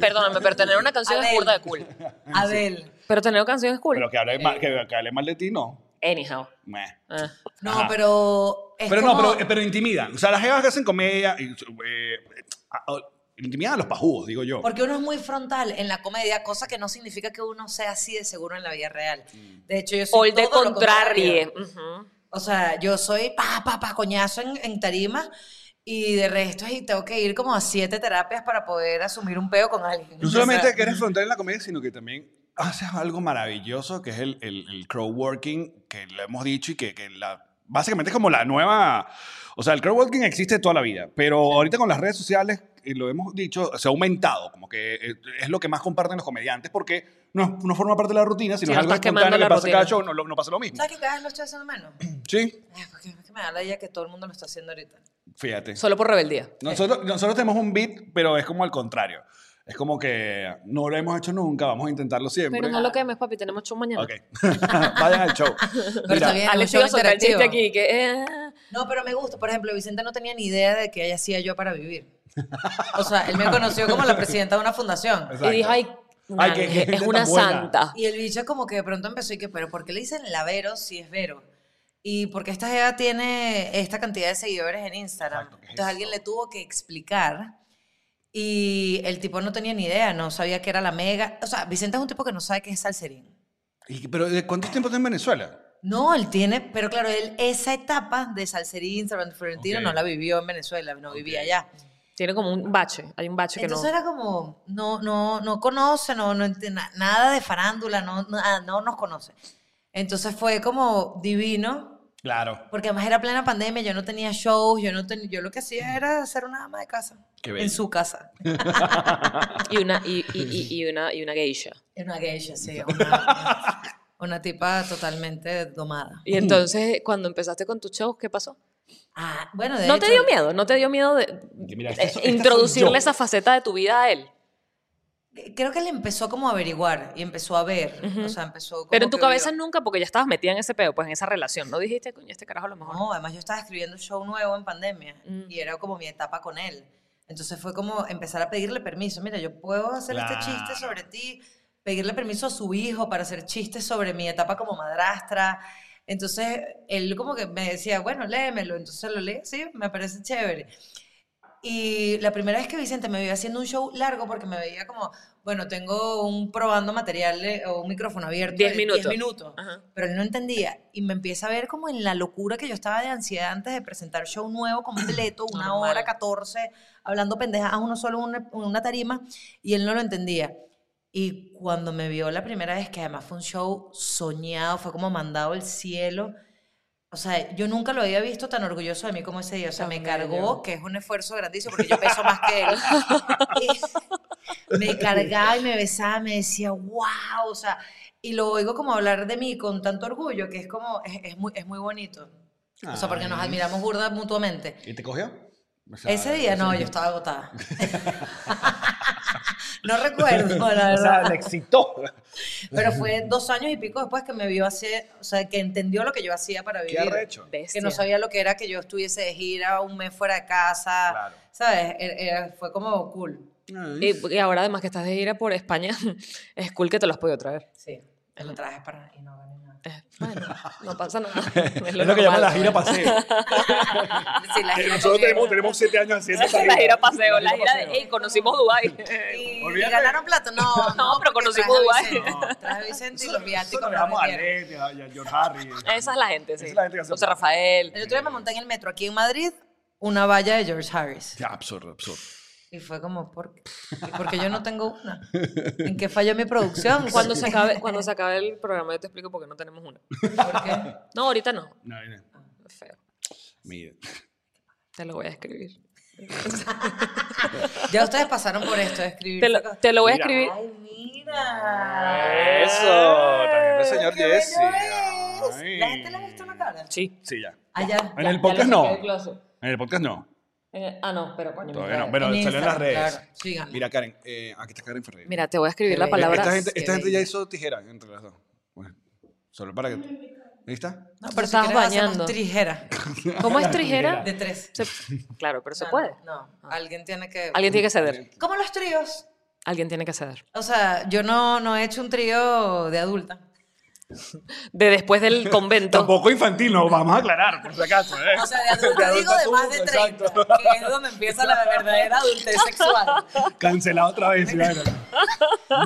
S2: perdóname, pero tener una canción es
S4: Adele.
S2: burda de cool.
S4: Abel.
S2: Pero tener una canción es cool.
S6: Pero que hable, mal, que, que hable mal de ti, no.
S2: Anyhow.
S6: Meh.
S2: Ah.
S4: No,
S6: Ajá.
S4: pero. es
S6: Pero
S4: como-
S6: no, pero, pero intimidan. O sea, las jevas que hacen comedia. y, eh, a- a- intimidan a los pajudos, digo yo.
S4: Porque uno es muy frontal en la comedia, cosa que no significa que uno sea así de seguro en la vida real. De hecho, yo soy.
S2: O el de
S4: todo lo
S2: contrarie.
S4: contrario. O sea, yo soy pa, pa, pa, coñazo en, en tarima y de resto y tengo que ir como a siete terapias para poder asumir un peo con alguien.
S6: No
S4: O
S6: solamente
S4: sea,
S6: que eres frontal en la comedia, sino que también haces algo maravilloso que es el, el, el crowdworking, que lo hemos dicho y que, que la, básicamente es como la nueva... O sea, el crowdworking existe toda la vida, pero ahorita con las redes sociales, y lo hemos dicho, se ha aumentado, como que eh, es lo que más comparten los comediantes porque no, no forma parte de la rutina,
S2: Sí,
S6: sino es
S2: no
S6: algo
S2: estás quemando
S6: espontáneo que
S2: la
S6: pasa cada
S2: rutina.
S6: show, no, lo- no pasa lo mismo.
S4: ¿Sabes que cada vez lo estoy haciendo menos?
S6: Sí,
S4: Ay, porque es que me da la idea que todo el mundo lo está haciendo ahorita.
S6: fíjate.
S2: Solo por rebeldía. eh,
S6: Nosotros, nosotros tenemos un beat, pero es como al contrario. Es como que no lo hemos hecho nunca, vamos a intentarlo siempre.
S2: Pero no lo quemes, papi. Tenemos show mañana.
S6: Ok. Vayan al show.
S4: Pero está bien,
S2: Alex
S4: un show
S2: iba a soltar el chiste
S4: interactivo.
S2: aquí. Que, eh,
S4: No, pero me gusta. Por ejemplo, Vicente no tenía ni idea de qué hacía yo para vivir. O sea, él me conoció como la presidenta de una fundación.
S2: y dijo, ay, un
S6: Ay, qué
S2: ángel,
S6: gente
S2: es
S6: tan
S2: una
S6: buena.
S2: santa.
S4: Y el bicho como que de pronto empezó y que, pero ¿por qué le dicen la Vero si es Vero? Y porque esta jeva tiene esta cantidad de seguidores en Instagram.
S6: Exacto, ¿qué es
S4: Entonces alguien le tuvo que explicar y el tipo no tenía ni idea, no sabía que era la mega. O sea, Vicente es un tipo que no sabe qué es salserín.
S6: Y- ¿Pero de cuánto tiempo está en Venezuela?
S4: No, él tiene, pero claro, él esa etapa de salserín, San Florentino,
S6: Ok.
S4: no la vivió en Venezuela, no vivía allá.
S2: Tiene como un bache. Hay un bache que
S4: Entonces
S2: no.
S4: era como, no, no, no conoce, no, no entiende na- nada de farándula, no, na- no nos conoce. Entonces fue como divino,
S6: Claro.
S4: porque además era plena pandemia, yo no tenía shows, yo no tenía, yo lo que hacía era hacer una ama de casa,
S6: Qué bello.
S4: en su casa.
S2: Y una, y, y, y- y una, y una geisha.
S4: En una geisha, sí, una, una tipa totalmente domada.
S6: Mm.
S2: Y entonces, cuando empezaste con tus shows, ¿qué pasó?
S4: Ah, bueno, de
S2: ¿No
S4: hecho,
S2: te dio miedo? ¿No te dio miedo de
S6: Que mira,
S2: eh,
S6: este so- este soy yo.
S2: introducirle esa faceta de tu vida a él?
S4: Creo que él empezó como a averiguar y empezó a ver, o sea, empezó como
S2: Pero en tu
S4: que
S2: cabeza
S4: vio.
S2: nunca, porque ya estabas metida en ese peo, pues en esa relación. No dijiste, coño, este carajo a lo mejor.
S4: No, además yo estaba escribiendo un show nuevo en pandemia
S2: Mm.
S4: y era como mi etapa con él. Entonces fue como empezar a pedirle permiso. Mira, yo puedo hacer este chiste
S6: Claro.
S4: sobre ti, pedirle permiso a su hijo para hacer chistes sobre mi etapa como madrastra. Entonces él como que me decía, bueno, léemelo. Entonces lo leí, sí, me parece chévere. Y la primera vez que Vicente me vio haciendo un show largo, porque me veía como, bueno, tengo un probando material eh, o un micrófono abierto.
S2: Diez
S4: de
S2: minutos.
S4: minutos.
S2: Ajá.
S4: Pero él no entendía. Y me empieza a ver como en la locura que yo estaba de ansiedad antes de presentar show nuevo, completo, una
S2: Normal.
S4: hora, 14, hablando pendejadas, uno solo en una, en una tarima. Y él no lo entendía. Y cuando me vio la primera vez, que además fue un show soñado, fue como mandado al cielo. O sea, yo nunca lo había visto tan orgulloso de mí como ese día. O sea, me
S2: También
S4: cargó,
S2: yo.
S4: que es un esfuerzo grandísimo, porque yo peso más que él. Y me cargaba y me besaba, me decía, wow, o sea, y lo oigo como hablar de mí con tanto orgullo, que es como, es, es muy, es muy bonito. O sea, porque nos
S6: Ay.
S4: admiramos burda mutuamente.
S6: ¿Y te cogió? O sea,
S4: Ese día no,
S6: ese-
S4: yo estaba agotada. no recuerdo, la
S6: O sea,
S4: verdad.
S6: le excitó.
S4: Pero fue dos años y pico después que me vio hacer, o sea, que entendió lo que yo hacía para
S6: ¿Qué
S4: vivir.
S6: arrecho?
S4: Que no sabía lo que era que yo estuviese de gira un mes fuera de casa.
S6: Claro.
S4: ¿Sabes? Era- era- fue como cool.
S2: Y, y ahora además que estás de gira por España, es cool que te los has podido traer.
S4: Sí. Me lo traje para y no gané nada.
S2: Eh, Bueno, no pasa nada.
S6: Es lo que llaman la gira
S2: paseo.
S6: paseo.
S2: Ah.
S4: Sí, la gira
S6: Nosotros
S4: también.
S6: tenemos, tenemos siete años haciendo esa
S2: La gira paseo, la
S6: gira
S2: gira de,
S6: paseo.
S2: hey, conocimos Dubái.
S4: Y, y
S6: Olvídate.
S4: ganaron plata. No, no,
S2: No, pero
S4: porque
S2: conocimos
S4: traje a
S2: Dubái.
S4: Vicente. Traje a Vicente y los viáticos. no
S6: Nosotros dejamos a
S4: me dieron.
S6: Leti, a a George Harry.
S2: Esa es la gente, sí.
S6: Esa es la gente que hace-
S2: José Rafael.
S4: El otro día me monté en el metro aquí en Madrid una valla de George Harris.
S6: Ya, absurdo, absurdo.
S4: Y fue como, ¿por qué? ¿Y por qué yo no tengo una? ¿En qué falló mi producción?
S2: Cuando se, acabe, cuando se acabe el programa yo te explico por qué no tenemos una.
S4: ¿Por qué?
S2: No, ahorita no.
S6: No, mira.
S2: Feo.
S6: Mira.
S2: Te lo voy a escribir.
S4: Ya ustedes pasaron por esto de escribir.
S2: Te lo, te lo voy a
S6: Mira.
S2: escribir.
S4: Ay, mira.
S6: Eso, también el Eh, señor
S4: Qué bello
S6: Jesse.
S4: es.
S6: Ay.
S4: ¿La gente le ha visto una cara?
S2: Sí.
S6: Sí, ya.
S4: Allá.
S6: En el
S2: Ya lo
S6: podcast
S2: saqué
S6: no.
S2: del closet.
S6: En el podcast no.
S2: Eh, Ah, no, pero coño.
S6: Todavía no,
S2: mira.
S6: pero
S4: En
S6: salió en las
S4: Instagram,
S6: redes.
S4: claro. Síganla.
S6: Mira, Karen, eh, aquí está Karen Ferreira.
S2: Mira, te voy a escribir
S4: Qué
S2: la
S4: bello.
S2: palabra.
S6: Esta gente,
S4: qué
S6: esta gente ya
S4: bello.
S6: hizo tijera entre las dos. Bueno, solo para que. ¿Ahí está?
S4: No,
S2: pero estabas
S4: quieres hacemos
S2: bañando.
S4: trijera
S2: ¿Cómo es trijera?
S4: de tres.
S2: Se- claro, pero se
S6: Ah,
S4: No,
S2: puede.
S4: No, no. alguien tiene que...
S2: Alguien tiene que ceder.
S4: Como los tríos.
S2: Alguien tiene que ceder.
S4: O sea, yo no, no he hecho un trío de adulta.
S2: De después del convento.
S6: Tampoco infantil, no, vamos a aclarar, por si acaso. ¿eh?
S4: O sea, de adulta digo de
S6: tú,
S4: más de 30,
S6: exacto.
S4: que es donde empieza la verdadera adultez sexual.
S6: Cancelado otra vez. ya era.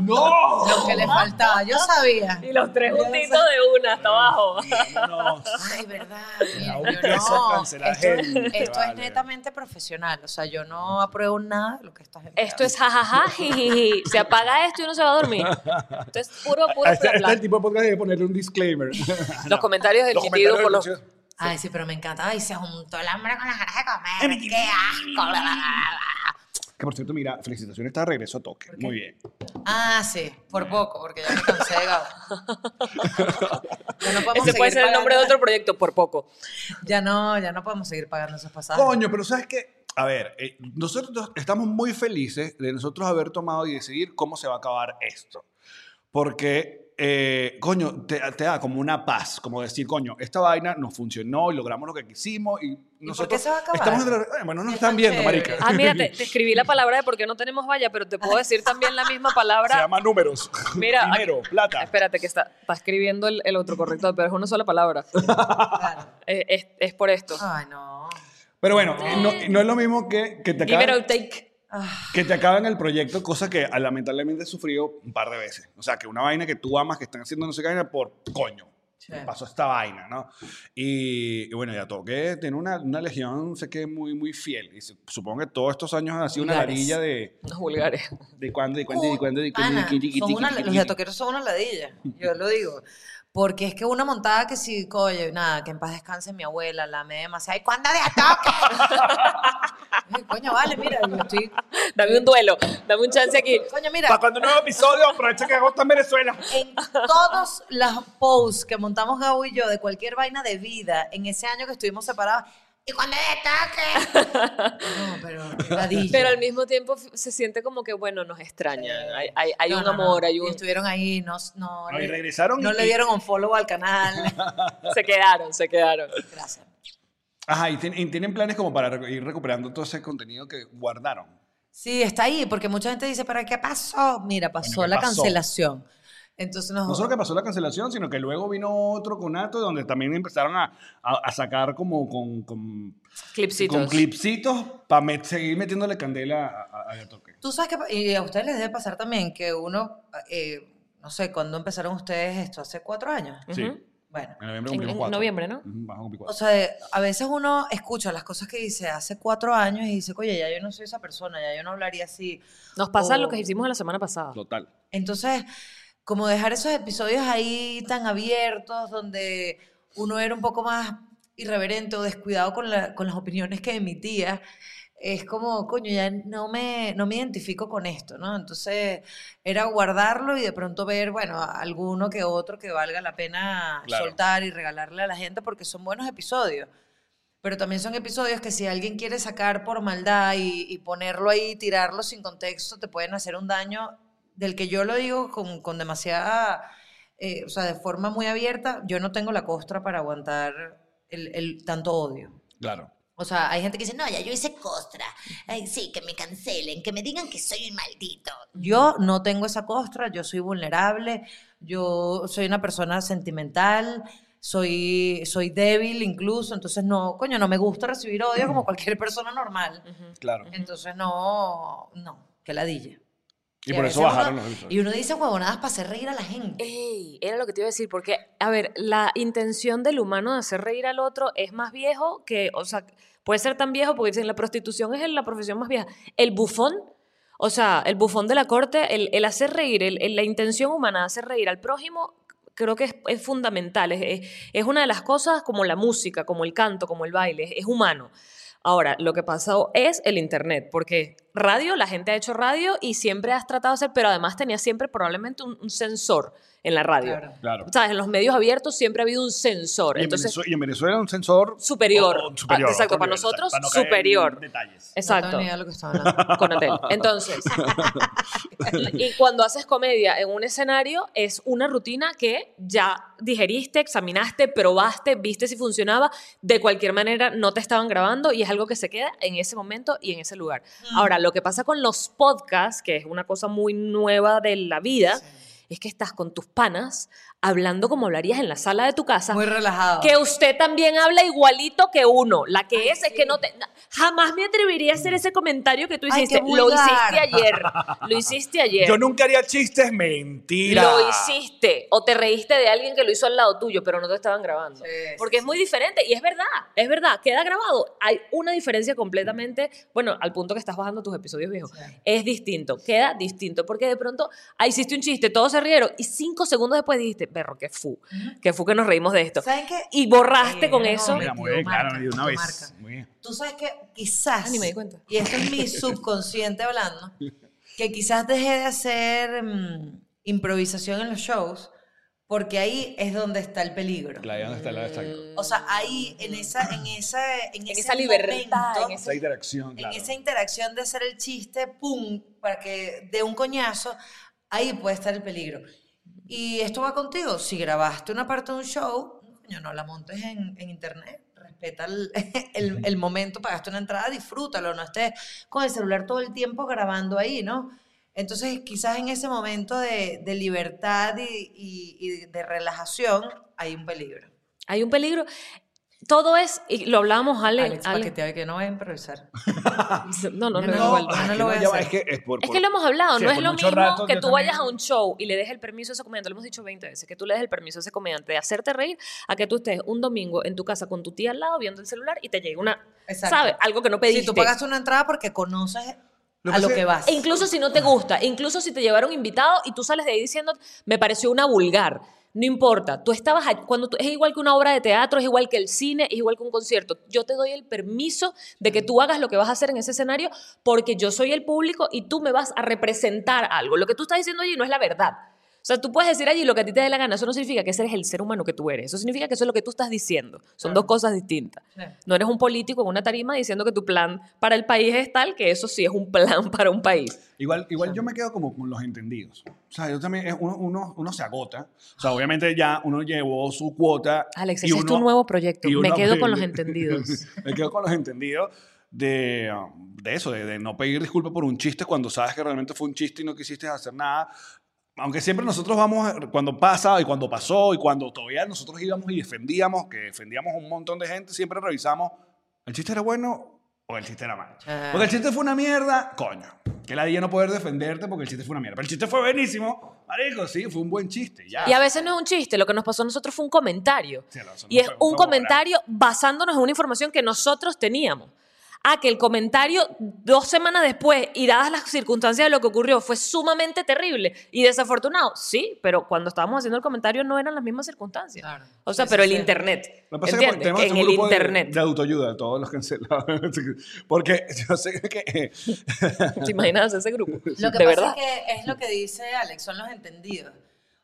S6: ¡No!
S4: Lo que le faltaba, yo sabía.
S2: Y los tres juntitos de una hasta abajo.
S6: No.
S4: Ay, verdad. mira,
S6: aún
S4: yo
S6: que eso
S4: no.
S6: cancela
S4: Esto,
S6: gente,
S4: esto es
S6: vale.
S4: netamente profesional. O sea, yo no apruebo nada de lo que estás
S2: Esto es jajaja, jijiji. Se apaga esto y uno se va a dormir. Esto es puro, puro.
S6: Este, este es
S2: bla,
S6: el
S2: bla.
S6: tipo de podcast de ponerle un disclaimer.
S2: Los comentarios del pitido por los.
S4: Ay, sí, pero me encanta. Ay, se juntó el hambre con las ganas de comer. ¡Qué asco! bla, bla, bla,
S6: Que por cierto, mira, felicitaciones, está de regreso a toque. Muy bien.
S4: bla. Ah, sí,
S2: Mm.
S4: por poco, porque ya me cansé de Gabo. Ya no podemos
S2: Ese puede
S4: seguir
S2: ser el nombre de
S4: pagando-
S2: otro proyecto, por poco.
S4: Ya no, ya no podemos seguir pagando esos pasajes.
S6: Coño, pero ¿sabes qué? A ver, eh, nosotros dos estamos muy felices de nosotros haber tomado y decidir cómo se va a acabar esto. Porque, eh, coño, te, te da como una paz, como decir, coño, esta vaina nos funcionó y logramos lo que quisimos y nosotros...
S4: qué se va a acabar?
S6: Estamos en la- eh, bueno, no
S4: Es
S6: nos están
S4: tan
S6: viendo,
S4: chévere.
S6: marica.
S2: Ah, mira, te, te escribí la palabra de por qué no tenemos valla, pero te puedo decir también la misma
S6: Se
S2: palabra.
S6: llama números.
S2: Mira,
S6: Dinero,
S2: aquí-
S6: plata.
S2: Espérate, que está, está escribiendo el, el otro corrector, pero es una sola palabra.
S4: Claro.
S2: Eh, Es, es por esto.
S4: Ay, no.
S6: Pero bueno, eh, no, no es lo mismo que, que te
S2: Give it
S6: acaben,
S2: or take.
S4: Ah,
S6: que te acaben el proyecto, cosa que ah, lamentablemente he sufrido un par de veces. O sea, que una vaina que tú amas, que están haciendo no sé qué vaina, por coño.
S4: Sí.
S6: me pasó esta vaina, ¿no? Y, y bueno, ya toqué, tiene una, una legión, sé que muy, muy fiel. Y su- supongo que todos estos años ha sido una
S2: Vulgares.
S6: varilla de,
S2: Los vulgares.
S6: de cuándo, de cuándo, de cuándo, de cuándo,
S4: Pana,
S6: de quién, de
S4: son
S6: quién,
S4: una-
S6: de
S4: los
S6: quién, de
S4: de
S6: quién.
S4: toquero son una ladilla, yo lo digo. Porque es que una montada que si, oye, nada, que en paz descanse mi abuela, la amé demasiado. ¿Y cuándo de toque? Ay, coño, vale, mira, yo estoy.
S2: Dame un duelo. Dame un chance aquí.
S4: Coño,
S6: Para
S4: mira,
S6: cuando un nuevo episodio, aprovecha que agosto en Venezuela.
S4: en todos los posts que montamos Gabo y yo de cualquier vaina de vida, en ese año que estuvimos separados, ¿y cuándo de toque? No, pero qué ladilla.
S2: Pero al mismo tiempo f- se siente como que, bueno, nos extrañan. Hay, hay- hay
S4: No,
S2: un
S4: no, no.
S2: amor, hay
S4: Y
S2: un...
S4: Estuvieron ahí, no, no,
S6: No, y
S4: le-
S6: regresaron
S4: no
S6: y-
S4: le dieron un follow al canal.
S2: Se quedaron, se quedaron.
S4: Gracias.
S6: Ajá, y, tien- y tienen planes como para recu- ir recuperando todo ese contenido que guardaron.
S4: Sí, está ahí, porque mucha gente dice, ¿pero qué pasó? Mira, pasó
S6: Coño, ¿qué
S4: la
S6: pasó?
S4: cancelación. Entonces nos...
S6: No solo que pasó la cancelación, sino que luego vino otro conato donde también empezaron a, a- a sacar como con, con,
S2: Clipsitos.
S6: con clipsitos para seguir metiéndole candela a, a- a toque.
S4: Tú sabes que, y a ustedes les debe pasar también, que uno, eh, no sé, cuando empezaron ustedes esto? ¿Hace cuatro años?
S6: Sí.
S2: Ujú.
S4: Bueno.
S6: En noviembre
S2: En,
S6: cumplimos
S2: en
S6: cuatro.
S2: noviembre, ¿no?
S6: Ujú, Vamos a cumplir
S4: O
S6: cuatro.
S4: sea, de- a veces uno escucha las cosas que dice hace cuatro años y dice, oye, ya yo no soy esa persona, ya yo no hablaría así.
S2: Nos pasa
S4: O-
S2: lo que hicimos la semana pasada.
S6: Total.
S4: Entonces, como dejar esos episodios ahí tan abiertos, donde uno era un poco más irreverente o descuidado con, la- con las opiniones que emitía, es como, coño, ya no me, no me identifico con esto, ¿no? Entonces, era guardarlo y de pronto ver, bueno, alguno que otro que valga la pena
S6: Claro.
S4: soltar y regalarle a la gente porque son buenos episodios. Pero también son episodios que si alguien quiere sacar por maldad y, y ponerlo ahí, tirarlo sin contexto, te pueden hacer un daño del que yo lo digo con, con demasiada, eh, o sea, de forma muy abierta, yo no tengo la costra para aguantar el, el tanto odio.
S6: Claro.
S4: O sea, hay gente que dice, no,
S1: No, ya yo hice costra. Ay, sí, que me cancelen, que me digan que soy un maldito.
S4: yo no tengo esa costra, yo soy vulnerable, yo soy una persona sentimental, soy, soy débil incluso, entonces no, coño, no me gusta recibir odio como cualquier persona normal.
S6: Claro.
S4: Entonces no, no, que ladilla.
S6: Y
S4: a
S6: por eso
S4: veces
S6: bajaron
S4: uno-
S6: los episodios.
S4: Y uno dice huevonadas para hacer reír a la gente.
S2: Ey, era lo que te iba a decir, porque, a ver, la intención del humano de hacer reír al otro es más viejo que, o sea, puede ser tan viejo porque dicen la prostitución es la profesión más vieja. El bufón, o sea, el bufón de la corte, el, el hacer reír, el- el- la intención humana de hacer reír al prójimo, creo que es, es fundamental. Es, es- es una de las cosas como la música, como el canto, como el baile, es- es humano. Ahora, lo que pasa es el Internet, porque radio, la gente ha hecho radio y siempre has tratado de hacer, pero además tenía siempre probablemente un, un sensor en la radio.
S4: Claro.
S6: Claro.
S2: ¿Sabes? En los medios abiertos siempre ha habido un sensor.
S6: Y en,
S2: Entonces,
S6: Venezuela, y en Venezuela un sensor
S2: superior.
S6: o- o Oh, superior,
S2: Ah, exacto,
S6: otro
S2: para
S6: nivel,
S2: nosotros,
S6: para no caer en
S2: superior.
S6: detalles.
S4: No
S2: Exacto.
S4: tengo ni idea de lo que estaba hablando.
S2: con hotel. Entonces, y cuando haces comedia en un escenario, es una rutina que ya digeriste, examinaste, probaste, viste si funcionaba. De cualquier manera, no te estaban grabando y es algo que se queda en ese momento y en ese lugar. Ahora, lo que pasa con los podcasts, que es una cosa muy nueva de la vida, es que estás con tus panas hablando como hablarías en la sala de tu casa.
S4: Muy relajado.
S2: Que usted también habla igualito que uno. La que es es que no te. na- Jamás me atrevería a hacer ese comentario que tú
S4: Ay,
S2: hiciste.
S4: qué
S2: Lo
S4: vulgar.
S2: hiciste ayer. Lo hiciste ayer.
S6: Yo nunca haría chistes, mentira.
S2: Lo hiciste. O te reíste de alguien que lo hizo al lado tuyo, pero no te estaban grabando.
S4: Sí,
S2: Porque es muy diferente. Y es verdad, es verdad. Queda grabado. Hay una diferencia completamente. Bueno, al punto que estás bajando tus episodios viejos. Es distinto. Queda distinto. Porque de pronto, ah, hiciste un chiste, todos se rieron. Y cinco segundos después dijiste, perro, qué fu. Qué fu que nos reímos de esto.
S4: ¿Saben qué?
S2: Y borraste
S4: Eh,
S2: con
S4: no,
S2: eso.
S6: Mira, muy bien,
S4: Marca,
S6: claro, de una vez.
S4: marca.
S6: Muy bien.
S4: Tú sabes que quizás.
S2: Ah, ni me di cuenta.
S4: Y esto es mi subconsciente hablando. Que quizás dejé de hacer mm, improvisación en los shows. Porque ahí es donde está el peligro.
S6: La idea donde está la exacto.
S2: Eh,
S4: O sea, ahí en esa, en esa, en ese
S2: esa libertad,
S4: momento,
S2: en
S6: Esa interacción,
S4: en
S6: claro.
S4: esa interacción de hacer el chiste, pum, para que de un coñazo, ahí puede estar el peligro. Y esto va contigo. Si grabaste una parte de un show, coño, no la montes en, en internet. Respeta el, el- el momento, pagaste una entrada, disfrútalo. No estés con el celular todo el tiempo grabando ahí, ¿no? Entonces, quizás en ese momento de, de libertad y, y- y de relajación, hay un peligro.
S2: Hay un peligro. Todo es, y lo hablábamos, Ale.
S4: Alex,
S2: Ale-
S4: paquetea que no voy a improvisar.
S2: No, no, no,
S4: No,
S2: da igual.
S4: no
S6: Ah,
S4: lo voy
S6: ya
S4: a
S6: va,
S4: hacer.
S6: Es que, es por,
S2: Es
S6: por-
S2: que lo hemos hablado,
S6: Sí,
S2: no es
S6: por
S2: lo
S6: mucho
S2: mismo
S6: rato
S2: que
S6: yo
S2: tú
S6: también-
S2: vayas a un show y le des el permiso a ese comediante, lo hemos dicho 20 veces, que tú le des el permiso a ese comediante de hacerte reír, a que tú estés un domingo en tu casa con tu tía al lado viendo el celular y te llegue una,
S4: Exacto.
S2: ¿sabes? Algo que no pediste.
S4: Si tú pagaste una entrada porque conoces
S6: Lo
S4: a
S6: que
S4: lo
S6: sé-
S4: que vas.
S2: E incluso si no te gusta, e incluso si te llevaron invitado y tú sales de ahí diciendo, me pareció una vulgar. No importa, tú estabas ahí- cuando tú- es igual que una obra de teatro, es igual que el cine, es igual que un concierto. Yo te doy el permiso de que tú hagas lo que vas a hacer en ese escenario porque yo soy el público y tú me vas a representar algo. Lo que tú estás diciendo allí no es la verdad. O sea, tú puedes decir allí lo que a ti te dé la gana. Eso no significa que ese eres el ser humano que tú eres. Eso significa que eso es lo que tú estás diciendo. Son dos cosas distintas.
S4: Claro.
S2: No eres un político en una tarima diciendo que tu plan para el país es tal, que eso sí es un plan para un país.
S6: Igual, igual yo me quedo como con los entendidos. O sea, yo también, es- uno, uno, uno se agota. O sea, obviamente ya uno llevó su cuota.
S2: Alex,
S6: y
S2: ese es
S6: uno-
S2: tu nuevo proyecto.
S6: y
S2: Me
S6: uno-
S2: quedo con los entendidos.
S6: me quedo con los entendidos de, um, de eso, de, de no pedir disculpas por un chiste cuando sabes que realmente fue un chiste y no quisiste hacer nada. Aunque siempre nosotros vamos, a- cuando pasa y cuando pasó y cuando todavía nosotros íbamos y defendíamos, que defendíamos a un montón de gente, siempre revisamos, ¿el chiste era bueno O el chiste era malo.
S4: Ah.
S6: Porque el chiste fue una mierda, coño. Que la día no poder defenderte porque el chiste fue una mierda. Pero el chiste fue buenísimo. Marico, sí, fue un buen chiste. Ya.
S2: Y a veces no es un chiste, lo que nos pasó a nosotros fue un comentario.
S6: Sí, no, eso no
S2: y es
S6: fue-
S2: un
S6: fue
S2: comentario basándonos en una información que nosotros teníamos. A que el comentario dos semanas después y dadas las circunstancias de lo que ocurrió fue sumamente terrible y desafortunado. Sí, pero cuando estábamos haciendo el comentario no eran las mismas circunstancias.
S4: Claro.
S2: O sea,
S4: Sí,
S2: pero
S4: sí,
S2: el
S4: sí.
S2: internet.
S6: Lo que pasa es que
S2: ¿entiendes?
S6: tenemos
S2: en
S6: un
S2: el
S6: grupo de-
S2: internet.
S6: De, autoayuda, todos los cancelados. Porque yo sé que.
S2: ¿Te imaginas ese grupo?
S4: Lo que
S2: de
S4: pasa
S2: verdad.
S4: es que es lo que dice Alex, son los entendidos.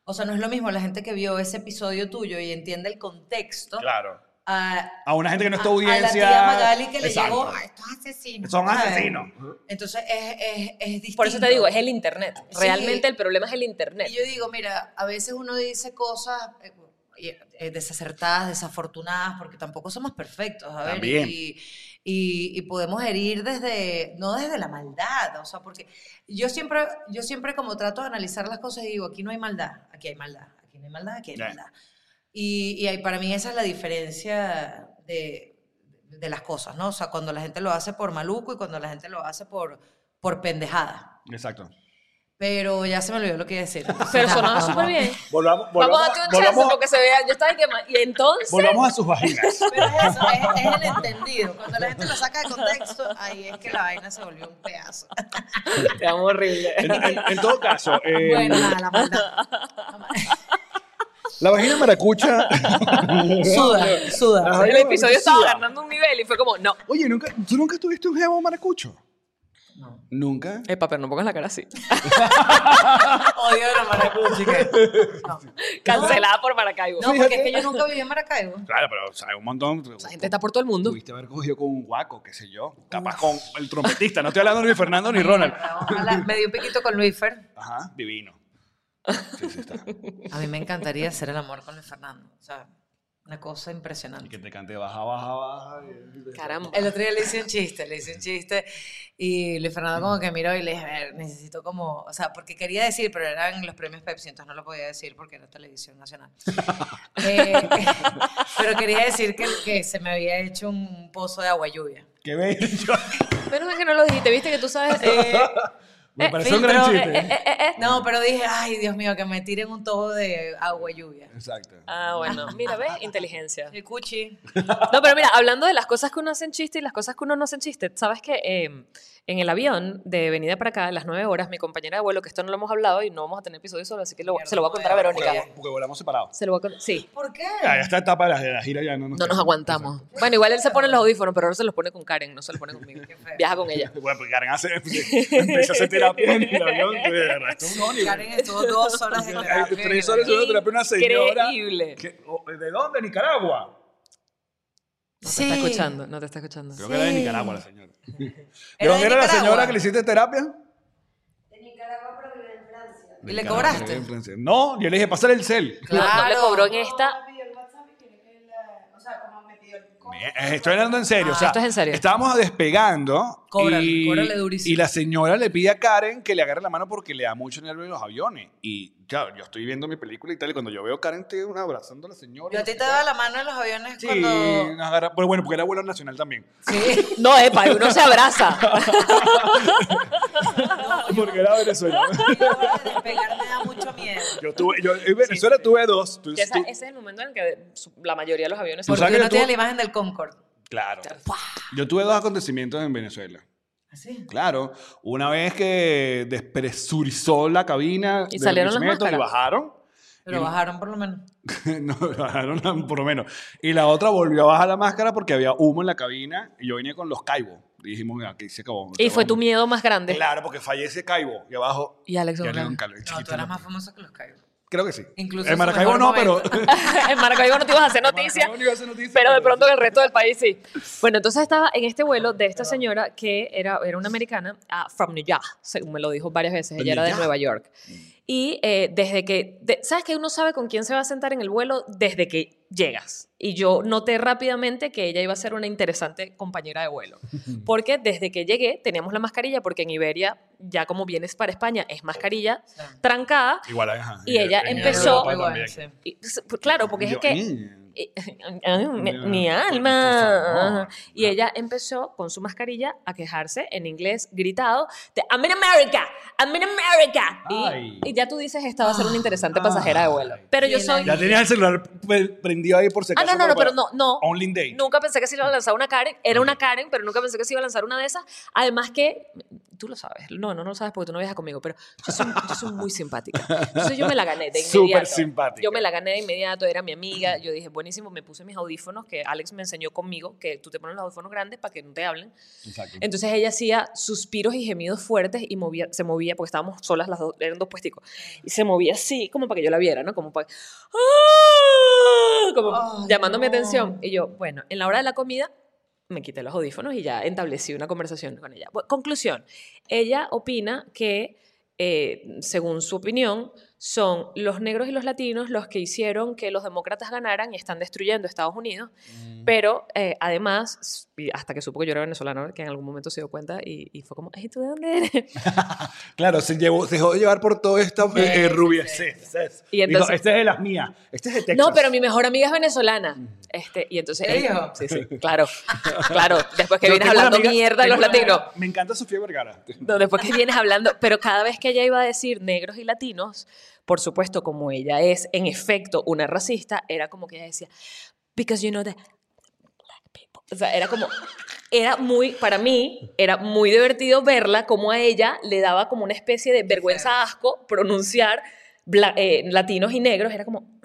S4: O sea, no es lo mismo la gente que vio ese episodio tuyo y entiende el contexto
S6: Claro.
S4: a,
S6: A una gente que no es tu
S4: a- a la
S6: audiencia.
S4: tía Magali que le
S6: Exacto.
S4: llegó.
S1: Estos asesinos.
S6: Son
S4: "Ay".
S6: asesinos.
S4: Entonces es, es, es distinto.
S2: Por eso te digo, es el internet.
S4: Sí.
S2: Realmente el problema es el internet.
S4: Y yo digo, mira, a veces uno dice cosas eh, eh, desacertadas, desafortunadas, porque tampoco somos perfectos, a ver,
S6: También.
S4: Y, y- y podemos herir desde, no desde la maldad, o sea, porque yo siempre, yo siempre como trato de analizar las cosas y digo, aquí no hay maldad, aquí hay maldad, aquí no hay maldad, aquí hay
S6: Ya.
S4: maldad. Y, y ahí para mí esa es la diferencia de, de las cosas, ¿no? O sea, cuando la gente lo hace por maluco y cuando la gente lo hace por, por pendejada.
S6: Exacto.
S4: Pero ya se me olvidó lo que iba a decir.
S2: Pero sonaba
S4: Vamos.
S2: súper bien.
S6: Volvamos,
S2: Vamos
S6: volvamos,
S2: a darte un chance
S6: volvamos,
S2: porque se vea. Yo estaba que ma- Y entonces.
S6: volvamos a sus vaginas.
S4: Pero es eso, es, es el entendido. Cuando la gente lo saca de contexto, ahí es que la vaina se volvió un pedazo.
S2: Te amo horrible.
S6: En, en- en todo caso, eh,
S4: Bueno, nada, la maldad.
S6: la vagina maracucha.
S4: Suda,
S6: Las
S4: suda.
S2: El
S6: vaginas
S2: episodio
S6: maracuchas
S2: estaba
S6: sudan.
S2: ganando un nivel y fue como, no.
S6: Oye, ¿nunca, ¿tú nunca tuviste un jevo maracucho? No. ¿Nunca?
S2: Epa, pero no pongas la cara así.
S4: Odio la maracuchica. No.
S2: Cancelada por Maracaibo.
S4: No, porque es que yo nunca viví en Maracaibo.
S6: Claro, pero o sea, un montón.
S2: La gente está por todo el mundo.
S6: Tuviste haber cogido con un guaco, qué sé yo. Capaz con el trompetista. No estoy hablando ni de Fernando ni Ronald.
S4: Ojalá, me dio un piquito con Luifer.
S6: Ajá, divino. Sí, sí está.
S4: A mí me encantaría hacer el amor con Luis Fernando. O sea, una cosa
S6: Y
S4: impresionante.
S6: que te cante baja, baja, baja. y-
S2: Caramba.
S4: El otro día le hice un chiste, le hice un chiste y Luis Fernando como que miró y le dije, a ver, necesito como, o sea, porque quería decir, pero eran los premios Pepsi, entonces no lo podía decir porque era televisión nacional. Eh, pero quería decir que, que se me había hecho un pozo de agua lluvia.
S6: Qué bello.
S2: Menos mal que no lo dijiste, viste que tú sabes. eh,
S6: Me
S2: eh,
S6: pareció un
S2: filtro,
S6: gran
S2: eh,
S6: chiste.
S2: eh, eh, eh.
S4: No, pero dije, ay, Dios mío, que me tiren un tobo de agua lluvia.
S6: Exacto.
S2: Ah, bueno. Mira, ves, inteligencia.
S4: El cuchi.
S2: No, pero mira, hablando de las cosas que uno hace en chiste y las cosas que uno no hace en chiste, sabes que eh, en el avión de venida para acá, a las 9 horas, mi compañera de vuelo, que esto no lo hemos hablado y no vamos a tener episodio solo, así que lo- se lo voy a contar a
S4: Mierda,
S2: Verónica.
S6: Porque, porque volamos separados.
S2: Se lo voy a contar. Sí.
S4: ¿Por qué?
S6: Ya, esta etapa de la, de la gira ya no nos,
S2: No nos aguantamos. Bueno, igual él se pone los audífonos, pero ahora se los pone con Karen, no se los pone conmigo.
S4: feo.
S2: Viaja con ella.
S6: Bueno, porque Karen hace, empezó a hacer terapia en el avión. De resto, un ónibus.
S4: Karen estuvo dos horas de terapia.
S6: Tres horas de terapia, una señora.
S2: Increíble.
S6: que- o- ¿De dónde? ¿Nicaragua?
S2: No te está escuchando, no te está escuchando.
S6: Creo que era de Nicaragua la señora. ¿De
S4: Era
S6: dónde
S4: de
S6: era la
S4: Nicaragua.
S6: señora que le hiciste terapia?
S4: ¿Y le cobraste?
S6: No, yo le dije, pasar el cel.
S2: No, no le
S4: Claro.
S2: cobró en esta.
S6: Eh, Estoy hablando en serio. o sea,
S2: Ah, esto es en serio.
S6: Estábamos despegando.
S4: Cóbrale,
S6: y,
S4: cóbrale durísimo.
S6: Y la señora le pide a Karen que le agarre la mano porque le da mucho nervio en los aviones. Y claro, yo estoy viendo mi película y tal. Y cuando yo veo a Karen, te una abrazando a la señora.
S4: Yo a ti te daba
S6: da
S4: la mano en los aviones
S6: Sí,
S4: cuando...
S6: nos agarra- Pero bueno, porque era vuelo nacional también.
S4: Sí.
S2: No, epa, uno se abraza.
S6: porque era Venezuela.
S4: Despegar me da mucho miedo.
S6: yo tuve, yo, en Venezuela tuve dos. Tú-
S2: Que esa-
S6: tú-
S2: ese es el momento en el que su- la mayoría de los aviones.
S6: Pues,
S4: Porque
S6: sabes que
S4: uno
S6: yo
S4: tiene
S6: tuve-
S4: la imagen del Concorde.
S6: claro. Yo tuve dos acontecimientos en Venezuela.
S4: Así.
S6: Claro, una vez que despresurizó la cabina
S2: Y
S6: de
S2: salieron las
S6: Barquisimeto y
S2: máscaras.
S6: bajaron.
S4: Pero bajaron por lo menos.
S6: no, bajaron la- por lo menos. Y la otra volvió a bajar la máscara porque había humo en la cabina y yo venía con los caibos. Y dijimos, aquí se acabó.
S2: Y fue tu
S6: miedo.
S2: miedo más grande.
S6: Claro, porque fallece Caibo y abajo.
S2: Y Alex
S6: y
S2: O'Brien.
S6: un calvo,
S4: No,
S6: chiquito,
S4: tú eras
S6: ¿no?
S4: más famoso que los Cairo.
S6: Creo que sí.
S4: Incluso
S6: en
S4: su
S6: Maracaibo
S4: mejor
S6: no, pero.
S4: momento.
S2: en Maracaibo no te ibas a hacer noticia.
S6: Maracaibo no iba a hacer noticia,
S2: Pero de pronto en el resto del país sí. Bueno, entonces estaba en este vuelo de esta señora que era, era una americana, ah, from New York, según me lo dijo varias veces, ella era de
S6: New
S2: Nueva York. Y eh, desde que, de- ¿sabes que uno sabe con quién se va a sentar en el vuelo desde que llegas? Y yo noté rápidamente que ella iba a ser una interesante compañera de vuelo. Porque desde que llegué teníamos la mascarilla, porque en Iberia, ya como vienes para España, es mascarilla trancada.
S6: Igual, ajá,
S2: Y ella
S6: venía de
S2: empezó-
S6: Europa
S4: Igual,
S6: también.
S4: sí.
S2: Y, pues, claro, porque
S6: Y
S2: es
S6: yo,
S2: que
S6: "Mm,
S2: eh, eh, mi, mi alma. Y ella empezó con su mascarilla a quejarse en inglés, gritado, de, I'm in America, I'm in America.
S6: Ay. Ah.
S2: Y, y ya tú dices, esta va a ser una interesante pasajera de vuelo. Pero yo
S4: Bien
S2: soy...
S4: ahí.
S6: Ya tenías el celular pre- prendido ahí por si
S2: Ah,
S6: acaso.
S2: no, no,
S6: para-
S2: no, pero no, no.
S6: Only Day.
S2: Nunca pensé que se iba a lanzar una Karen. Era una Karen, pero nunca pensé que se iba a lanzar una de esas. Además que, tú lo sabes, no, no, no lo sabes porque tú no viajas conmigo, pero yo soy, yo soy muy simpática. Entonces yo me la gané de
S6: Súper
S2: inmediato.
S6: simpática.
S2: Yo me la gané de inmediato, era mi amiga. Yo dije, buenísimo, me puse mis audífonos que Alex me enseñó conmigo, que tú te pones los audífonos grandes para que no te hablen.
S6: Exacto.
S2: Entonces ella hacía suspiros y gemidos fuertes y movía, se movía, porque estábamos solas las dos, eran dos puesticos, y se movía así, como para que yo la viera, ¿no? Como para... ¡Ah! Como
S4: Ay,
S2: llamando mi
S4: no.
S2: atención. Y yo, bueno, en la hora de la comida me quité los audífonos y ya establecí una conversación con ella. Bu- conclusión, ella opina que, eh, según su opinión, son los negros y los latinos los que hicieron que los demócratas ganaran y están destruyendo Estados Unidos pero eh, además, s- y hasta que supo que yo era venezolano, que en algún momento se dio cuenta y, y fue como, ay, ¿tú de dónde eres?
S6: Claro, se, llevó, se dejó llevar por todo esta eh, rubia.
S2: Y entonces-
S6: este es de las mías. Este es de Texas.
S2: No, pero mi mejor amiga es venezolana. Este, y entonces...
S4: ¿En
S2: ella-
S4: serio?
S2: sí, sí, claro. Claro, después que
S6: Yo
S2: vienes
S6: tengo una
S2: hablando
S6: amiga-
S2: mierda de
S6: tengo
S2: los
S6: una amiga-
S2: latinos.
S6: Me encanta Sofía Vergara.
S2: No, después que vienes hablando, pero cada vez que ella iba a decir negros y latinos, por supuesto, como ella es en efecto una racista, era como que ella decía, because you know that black people". O sea, era como, era muy, para mí, era muy divertido verla como a ella le daba como una especie de vergüenza, asco pronunciar bla- eh, latinos y negros. Era como,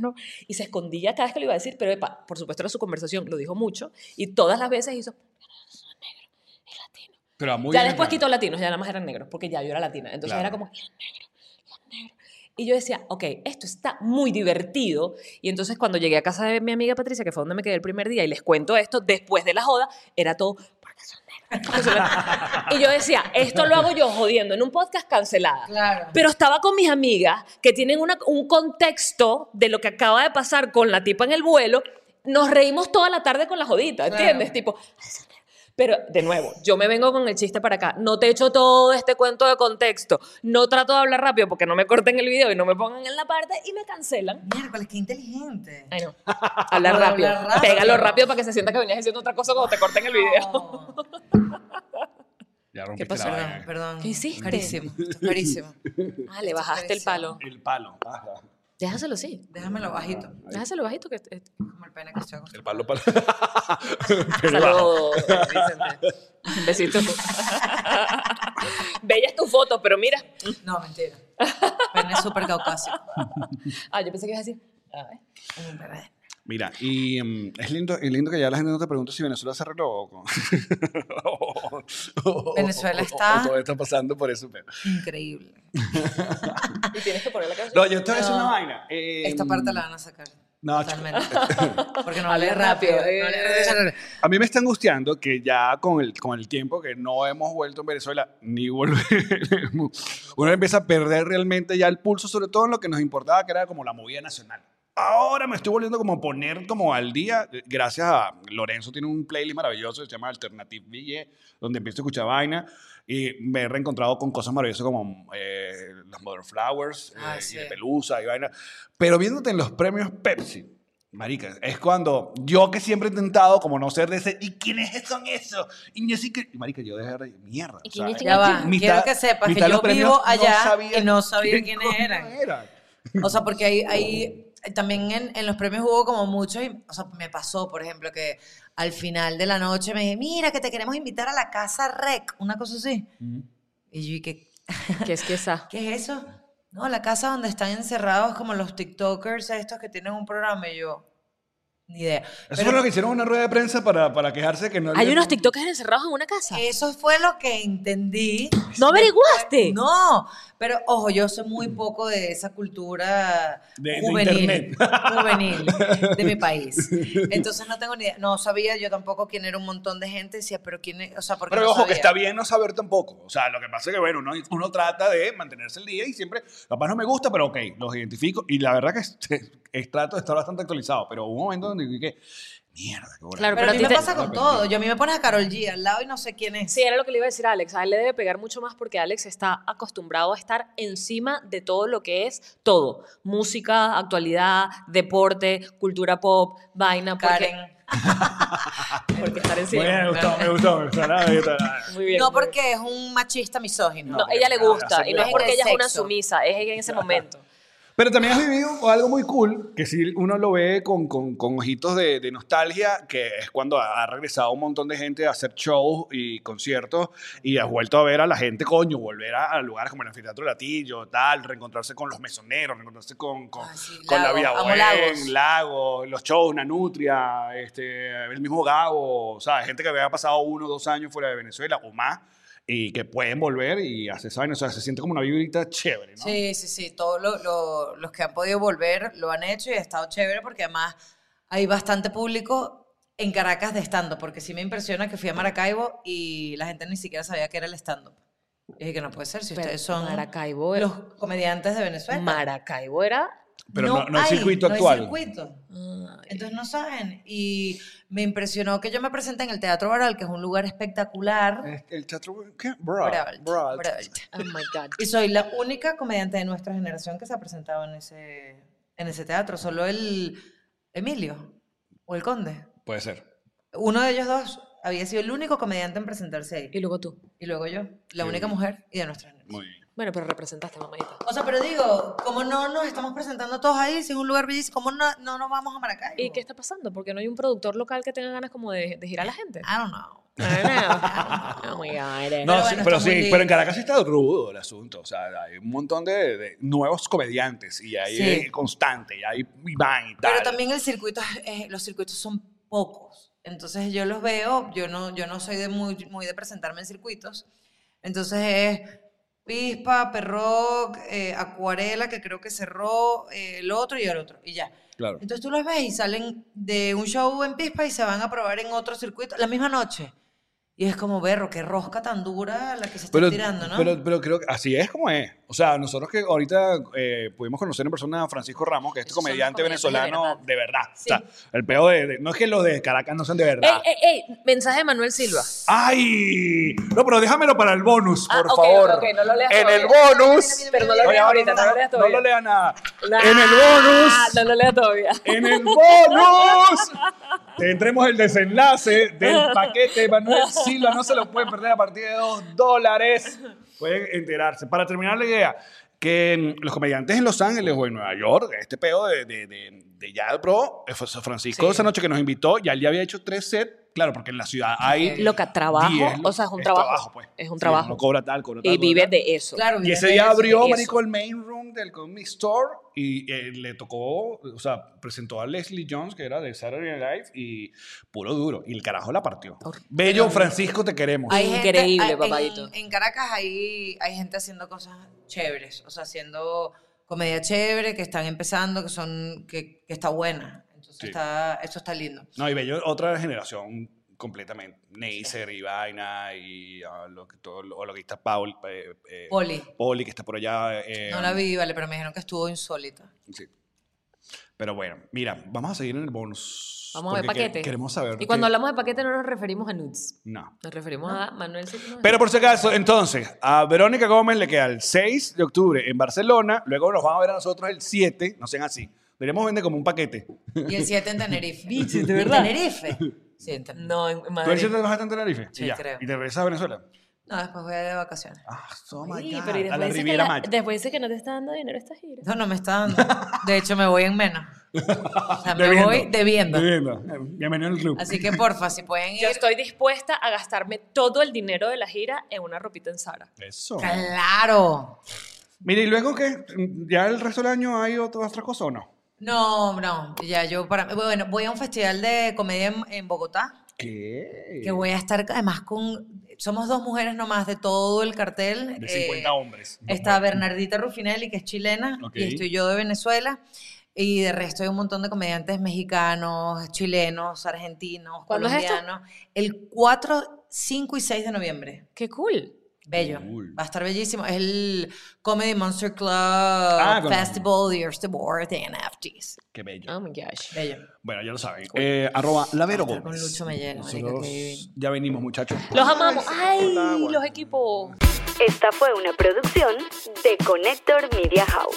S2: no, y se escondía cada vez que lo iba a decir, pero epa, por supuesto era su conversación, lo dijo mucho, y todas las veces hizo, negro y latino
S6: Pero muy
S2: ya
S6: bien
S2: después
S6: logrado.
S2: quitó latinos, ya nada más eran negros, porque ya yo era latina. Entonces
S6: Claro.
S2: era como, "Y el negro, y el negro". Y yo decía, ok, esto está muy divertido. Y entonces cuando llegué a casa de mi amiga Patricia, que fue donde me quedé el primer día, y les cuento esto, después de la joda, era todo, porque son negros. porque son negros". y yo decía, esto lo hago yo jodiendo en un podcast cancelada.
S4: Claro.
S2: Pero estaba con mis amigas que tienen una- un contexto de lo que acaba de pasar con la tipa en el vuelo. Nos reímos toda la tarde con la jodita,
S4: Claro.
S2: ¿entiendes? Tipo, pero de nuevo, yo me vengo con el chiste para acá. No te echo todo este cuento de contexto. No trato de hablar rápido porque no me corten el video y no me pongan en la parte y me cancelan.
S4: Miércoles, qué inteligente.
S2: Ay, no. Hablar
S4: Habla
S2: rápido.
S4: rápido.
S2: Pégalo rápido para que se sienta que venías diciendo otra cosa cuando te corten el video.
S4: No.
S6: Ya rompiste
S2: ¿Qué pasó?
S6: la
S4: Perdón,
S6: vaina.
S4: perdón.
S2: ¿Qué hiciste?
S4: Carísimo, carísimo.
S2: Ah, le bajaste el palo.
S6: El palo. Ajá.
S2: Déjaselo así.
S4: Déjamelo bajito,
S2: Déjaselo bajito que... eh,
S4: como el pene que estoy
S6: El
S4: acostumbrado.
S6: palo para.
S2: Saludos, Vicente. Besito. Bella es tu foto, pero mira.
S4: No, mentira. Pene súper caucásico.
S2: Ah, yo pensé que ibas a decir. a ver.
S4: Un bebé.
S6: Mira, y mm, es, lindo, es lindo que ya la gente no te pregunte si Venezuela se arregló o. con- o- o-
S4: Venezuela
S6: o- o-
S4: está-
S6: o todo está pasando por eso. pero-
S4: Increíble.
S2: Y tienes que poner la canción.
S6: No, yo te voy a decir
S4: No.
S6: una vaina. Eh,
S4: Esta parte la van a sacar.
S6: No,
S4: totalmente. Porque no vale
S2: Habla
S4: rápido.
S2: rápido,
S4: no
S2: eh.
S4: vale-
S6: A mí me está angustiando que ya con el, con el tiempo que no hemos vuelto en Venezuela, ni volveremos, uno empieza a perder realmente ya el pulso, sobre todo en lo que nos importaba, que era como la movida nacional. Ahora me estoy volviendo como a poner como al día, eh, gracias a Lorenzo, tiene un playlist maravilloso que se llama Alternative DJ, donde empiezo a escuchar vaina y me he reencontrado con cosas maravillosas como eh, los Modern Flowers,
S4: Ah,
S6: eh, y
S4: sí.
S6: de Pelusa y vaina. Pero viéndote en los premios Pepsi, Marica, es cuando yo que siempre he intentado como no ser de ese, ¿y quiénes son esos? Y yo sí que, Marica, yo dejé de mierda.
S2: ¿Y
S6: o sea,
S2: quiénes
S4: Ya va,
S6: mitad-
S4: quiero que sepas que
S6: mitad de
S4: yo
S6: los premios
S4: vivo
S6: no
S4: allá
S6: sabía
S4: y no sabía
S6: quién
S4: quiénes
S6: coño
S4: eran.
S6: era.
S4: O sea, porque ahí, ahí también en, en los premios hubo como muchos, y- o sea, me pasó, por ejemplo, que al final de la noche me dije, mira, que te queremos invitar a la casa rec, una cosa así. Y yo dije,
S2: ¿Qué es que esa?
S4: ¿qué es eso? No, la casa donde están encerrados como los TikTokers estos que tienen un programa y yo, ni idea.
S6: Eso
S4: Pero
S6: fue lo que hicieron en una rueda de prensa para, para quejarse que no
S2: Hay
S6: había-
S2: unos TikTokers encerrados en una casa.
S4: eso fue lo que entendí.
S2: ¿No averiguaste?
S4: No, pero ojo, yo soy muy poco de esa cultura
S6: De- de
S4: juvenil,
S6: internet.
S4: juvenil de mi país. Entonces no tengo ni idea, no sabía yo tampoco quién era un montón de gente, decía, pero quién es, o sea, porque
S6: Pero
S4: no
S6: ojo, que
S4: sabía?
S6: está bien no saber tampoco. O sea, lo que pasa es que, bueno, uno, uno trata de mantenerse el día y siempre, capaz no me gusta, pero ok, los identifico. Y la verdad que es, es- trato de estar bastante actualizado. Pero hubo un momento donde dije, mierda, qué bola.
S2: Claro,
S4: Pero, a mí me
S2: ti te-
S4: pasa
S6: Ah,
S4: con todo. Yo a mí me pones a Carol G al lado y no sé quién es.
S2: Sí, era lo que le iba a decir a Alex. A él le debe pegar mucho más porque Alex está acostumbrado a estar encima de todo lo que es todo. Música, actualidad, deporte, cultura pop, vaina. porque-
S4: Karen.
S2: Porque, estar encima.
S6: Muy bien, me gustó, me gustó, me gustó. nada, me gustó, nada.
S2: Muy bien.
S4: No
S2: muy bien.
S4: porque es un machista misógino.
S2: No, ella le gusta
S6: hace
S2: y no es
S4: muy
S2: porque
S4: bien.
S2: ella es una
S4: Sexo.
S2: sumisa, es ella en ese momento.
S6: Pero también has vivido algo muy cool, que si uno lo ve con, con- con ojitos de, de nostalgia, que es cuando ha ha regresado un montón de gente a hacer shows y conciertos y has vuelto a ver a la gente, coño, volver a, a lugares como el Anfiteatro Latillo, tal, reencontrarse con los mesoneros, reencontrarse con, con,
S4: Ah, sí,
S6: con la
S4: Lago,
S6: Vía
S4: amo
S6: Bohem,
S4: Lagos.
S6: Lago, los shows, Nanutria, este, el mismo Gabo, o sea, gente que había pasado uno o dos años fuera de Venezuela o más y que pueden volver y hace, ¿saben? O sea, se siente como una vibrita chévere, ¿no?
S4: Sí, sí, sí. Todos lo- lo- los que han podido volver lo han hecho y ha estado chévere porque además hay bastante público en Caracas de stand-up. Porque sí me impresiona que fui a Maracaibo y la gente ni siquiera sabía que era el stand-up. Y dije que no puede ser si
S2: Pero
S4: ustedes son
S2: Maracaibo era-
S4: los comediantes de Venezuela.
S2: Maracaibo era.
S6: Pero no, no,
S4: hay,
S6: hay circuito
S4: no hay
S6: actual.
S4: circuito.
S2: Ay,
S4: Entonces no saben. Y me impresionó que yo me presenté en el Teatro Baral, que es un lugar espectacular.
S6: Es- Este, El teatro, ¿qué? Eh, Broad,
S4: Baral,
S6: broad.
S4: Baral.
S2: Oh my God.
S4: Y soy la única comediante de nuestra generación que se ha presentado en ese, en ese teatro. Solo el Emilio o el Conde.
S6: Puede ser.
S4: Uno de ellos dos había sido el único comediante en presentarse
S2: Y
S4: ahí.
S2: luego tú.
S4: Y luego yo, la
S6: Qué
S4: única
S6: bien.
S4: mujer y de nuestra generación.
S6: Muy bien.
S2: Bueno, pero representaste, mamadita.
S4: O sea, pero digo, como no nos estamos presentando todos ahí, si es un lugar bellísimo, ¿cómo no, no nos vamos a Maracaibo?
S2: ¿Y qué está pasando? Porque no hay un productor local que tenga ganas como de, de girar a la gente.
S4: I don't know.
S2: I don't know. Oh my God.
S6: Ah.
S4: Pero
S6: No, sí,
S4: bueno,
S6: pero
S4: está
S6: sí,
S4: muy lindo.
S6: pero en Caracas sí está rudo el asunto. O sea, hay un montón de, de nuevos comediantes y hay
S4: Sí.
S6: eh, constante, y hay Iván y tal.
S4: Pero también el circuito, es- es- los circuitos son pocos. Entonces yo los veo, yo no, yo no soy de muy, muy de presentarme en circuitos. Entonces es Pispa, Perroc, eh, Acuarela, que creo que cerró, eh, el otro y el otro, y ya.
S6: Claro.
S4: Entonces tú los ves y salen de un show en Pispa y se van a probar en otro circuito la misma noche. Y es como, berro, qué rosca tan dura la que se está
S6: Pero,
S4: tirando, ¿no?
S6: pero, pero creo que así es como es. O sea, nosotros que ahorita eh, pudimos conocer en persona a Francisco Ramos, que es este
S2: Esos son los
S6: comediante
S2: comediantes de
S6: venezolano
S2: verdad.
S6: de verdad.
S2: Sí.
S6: O sea, el peor de, de- No es que los de Caracas no sean de
S2: Ey,
S6: verdad.
S2: ey, ey, mensaje de Manuel Silva.
S6: ¡Ay! No, pero déjamelo para el bonus,
S2: Ah,
S6: por
S2: ok,
S6: favor.
S2: ok, no lo leas
S6: en el
S2: todavía.
S6: bonus.
S2: Pero no lo
S6: Oye,
S2: leas ahorita, no lo leas
S6: No
S2: todavía.
S6: lo lea nada.
S2: Nah,
S6: En el bonus.
S2: No lo lea todavía.
S6: En el bonus tendremos el desenlace del paquete. Manuel Silva no se lo pueden perder a partir de dos dólares. Pueden enterarse. Para terminar la idea, que mm, los comediantes en Los Ángeles o en Nueva York, este pedo de, de, de, de ya, bro, eh, fue Francisco
S2: Sí.
S6: esa noche que nos invitó, ya él ya había hecho tres sets. Claro, porque en la ciudad hay.
S2: Loca, trabajo.
S6: diez lo-
S2: o sea, es un trabajo.
S6: pues.
S2: Es
S6: Sí,
S2: un trabajo.
S6: uno cobra tal, cobra tal.
S2: y
S6: cobra
S2: vive
S6: tal.
S2: de eso.
S4: claro,
S6: Y ese
S4: evidentemente,
S6: día abrió,
S2: eso.
S6: marico, el main room del Comedy Store y eh, le tocó, o sea, presentó a Leslie Jones, que era de Saturday Night Live, y puro duro. Y el carajo la partió. Bello, Francisco, te queremos.
S2: Ay, Increíble,
S4: hay- en-
S2: papadito.
S4: En, Caracas hay, hay gente haciendo cosas chéveres, o sea, haciendo comedia chévere, que están empezando, que son, que, que está buena. Entonces
S6: Sí.
S4: está, eso está lindo.
S6: No, y Bello, otra generación completamente. Neisser y Vaina y ah, lo que todo, lo, lo que está Paul, eh, eh,
S4: Poli,
S6: Poli, que está por allá. eh,
S4: no la vi, vale, pero me dijeron que estuvo insólita.
S6: sí. Pero bueno, mira, vamos a seguir en el bonus.
S2: Vamos a ver
S6: porque que-
S2: paquete.
S6: Queremos saber.
S2: Y cuando
S6: qué-
S2: hablamos de paquete no nos referimos a nudes.
S6: No.
S2: Nos referimos a Manuel Silva.
S6: Pero por si acaso, entonces, a Verónica Gómez le queda el 6 de octubre en Barcelona, luego nos van a ver a nosotros el 7, no sean así. Deberíamos vender como un paquete. ¿Tú
S4: Y el 7 en Tenerife.
S2: Bicho, ¿de
S4: ¿En
S2: verdad?
S4: Tenerife? Sí, en Tenerife.
S2: no, en
S6: el
S2: Madrid.
S6: 7 vas a estar en Tenerife?
S4: Sí,
S6: y ya.
S4: creo.
S6: Y te regresas a Venezuela.
S4: No, después voy a ir de vacaciones.
S6: Ah, oh
S2: Sí,
S6: my God.
S2: pero y
S6: A
S2: después,
S6: la
S2: dice que
S6: Riviera
S2: la-
S6: Maya.
S2: después dice que no te está dando dinero esta gira.
S4: No, no me está dando. De hecho, me voy en menos. O sea, me
S6: Debiendo.
S4: voy debiendo.
S6: Debiendo. Bienvenido al club.
S4: Así que porfa, si pueden ir.
S2: Yo estoy dispuesta a gastarme todo el dinero de la gira en una ropita en Sara.
S6: Eso.
S4: Claro.
S6: Mira, ¿y luego qué? ¿Ya el resto del año hay otra, otra cosa o no?
S4: No, no, ya yo para bueno, voy a un festival de comedia en, en Bogotá,
S6: ¿Qué?
S4: que voy a estar además con, somos dos mujeres nomás de todo el cartel.
S6: De
S4: eh,
S6: 50 hombres.
S4: Está Bernardita Rufinelli, que es chilena,
S6: Ok.
S4: y estoy yo de Venezuela, y de resto hay un montón de comediantes mexicanos, chilenos, argentinos,
S2: ¿Cuándo es esto?
S4: colombianos. El 4, 5 y 6 de noviembre.
S2: ¡Qué cool!
S4: Bello.
S6: Cool.
S4: Va a estar bellísimo. Es el Comedy Monster Club
S6: Ah, con-
S4: Festival, Years to Board and NFTs.
S6: Qué bello.
S2: Oh my gosh.
S4: Bello.
S6: Bueno, ya lo saben. Eh, arroba Lavero
S4: Estar
S6: Gómez.
S4: con Lucho ¿eh? Mellera, marica,
S6: Nosotros
S4: qué divino.
S6: ya venimos, muchachos.
S2: Los amamos. Ay, los equipos.
S7: Esta fue una producción de Connector Media House.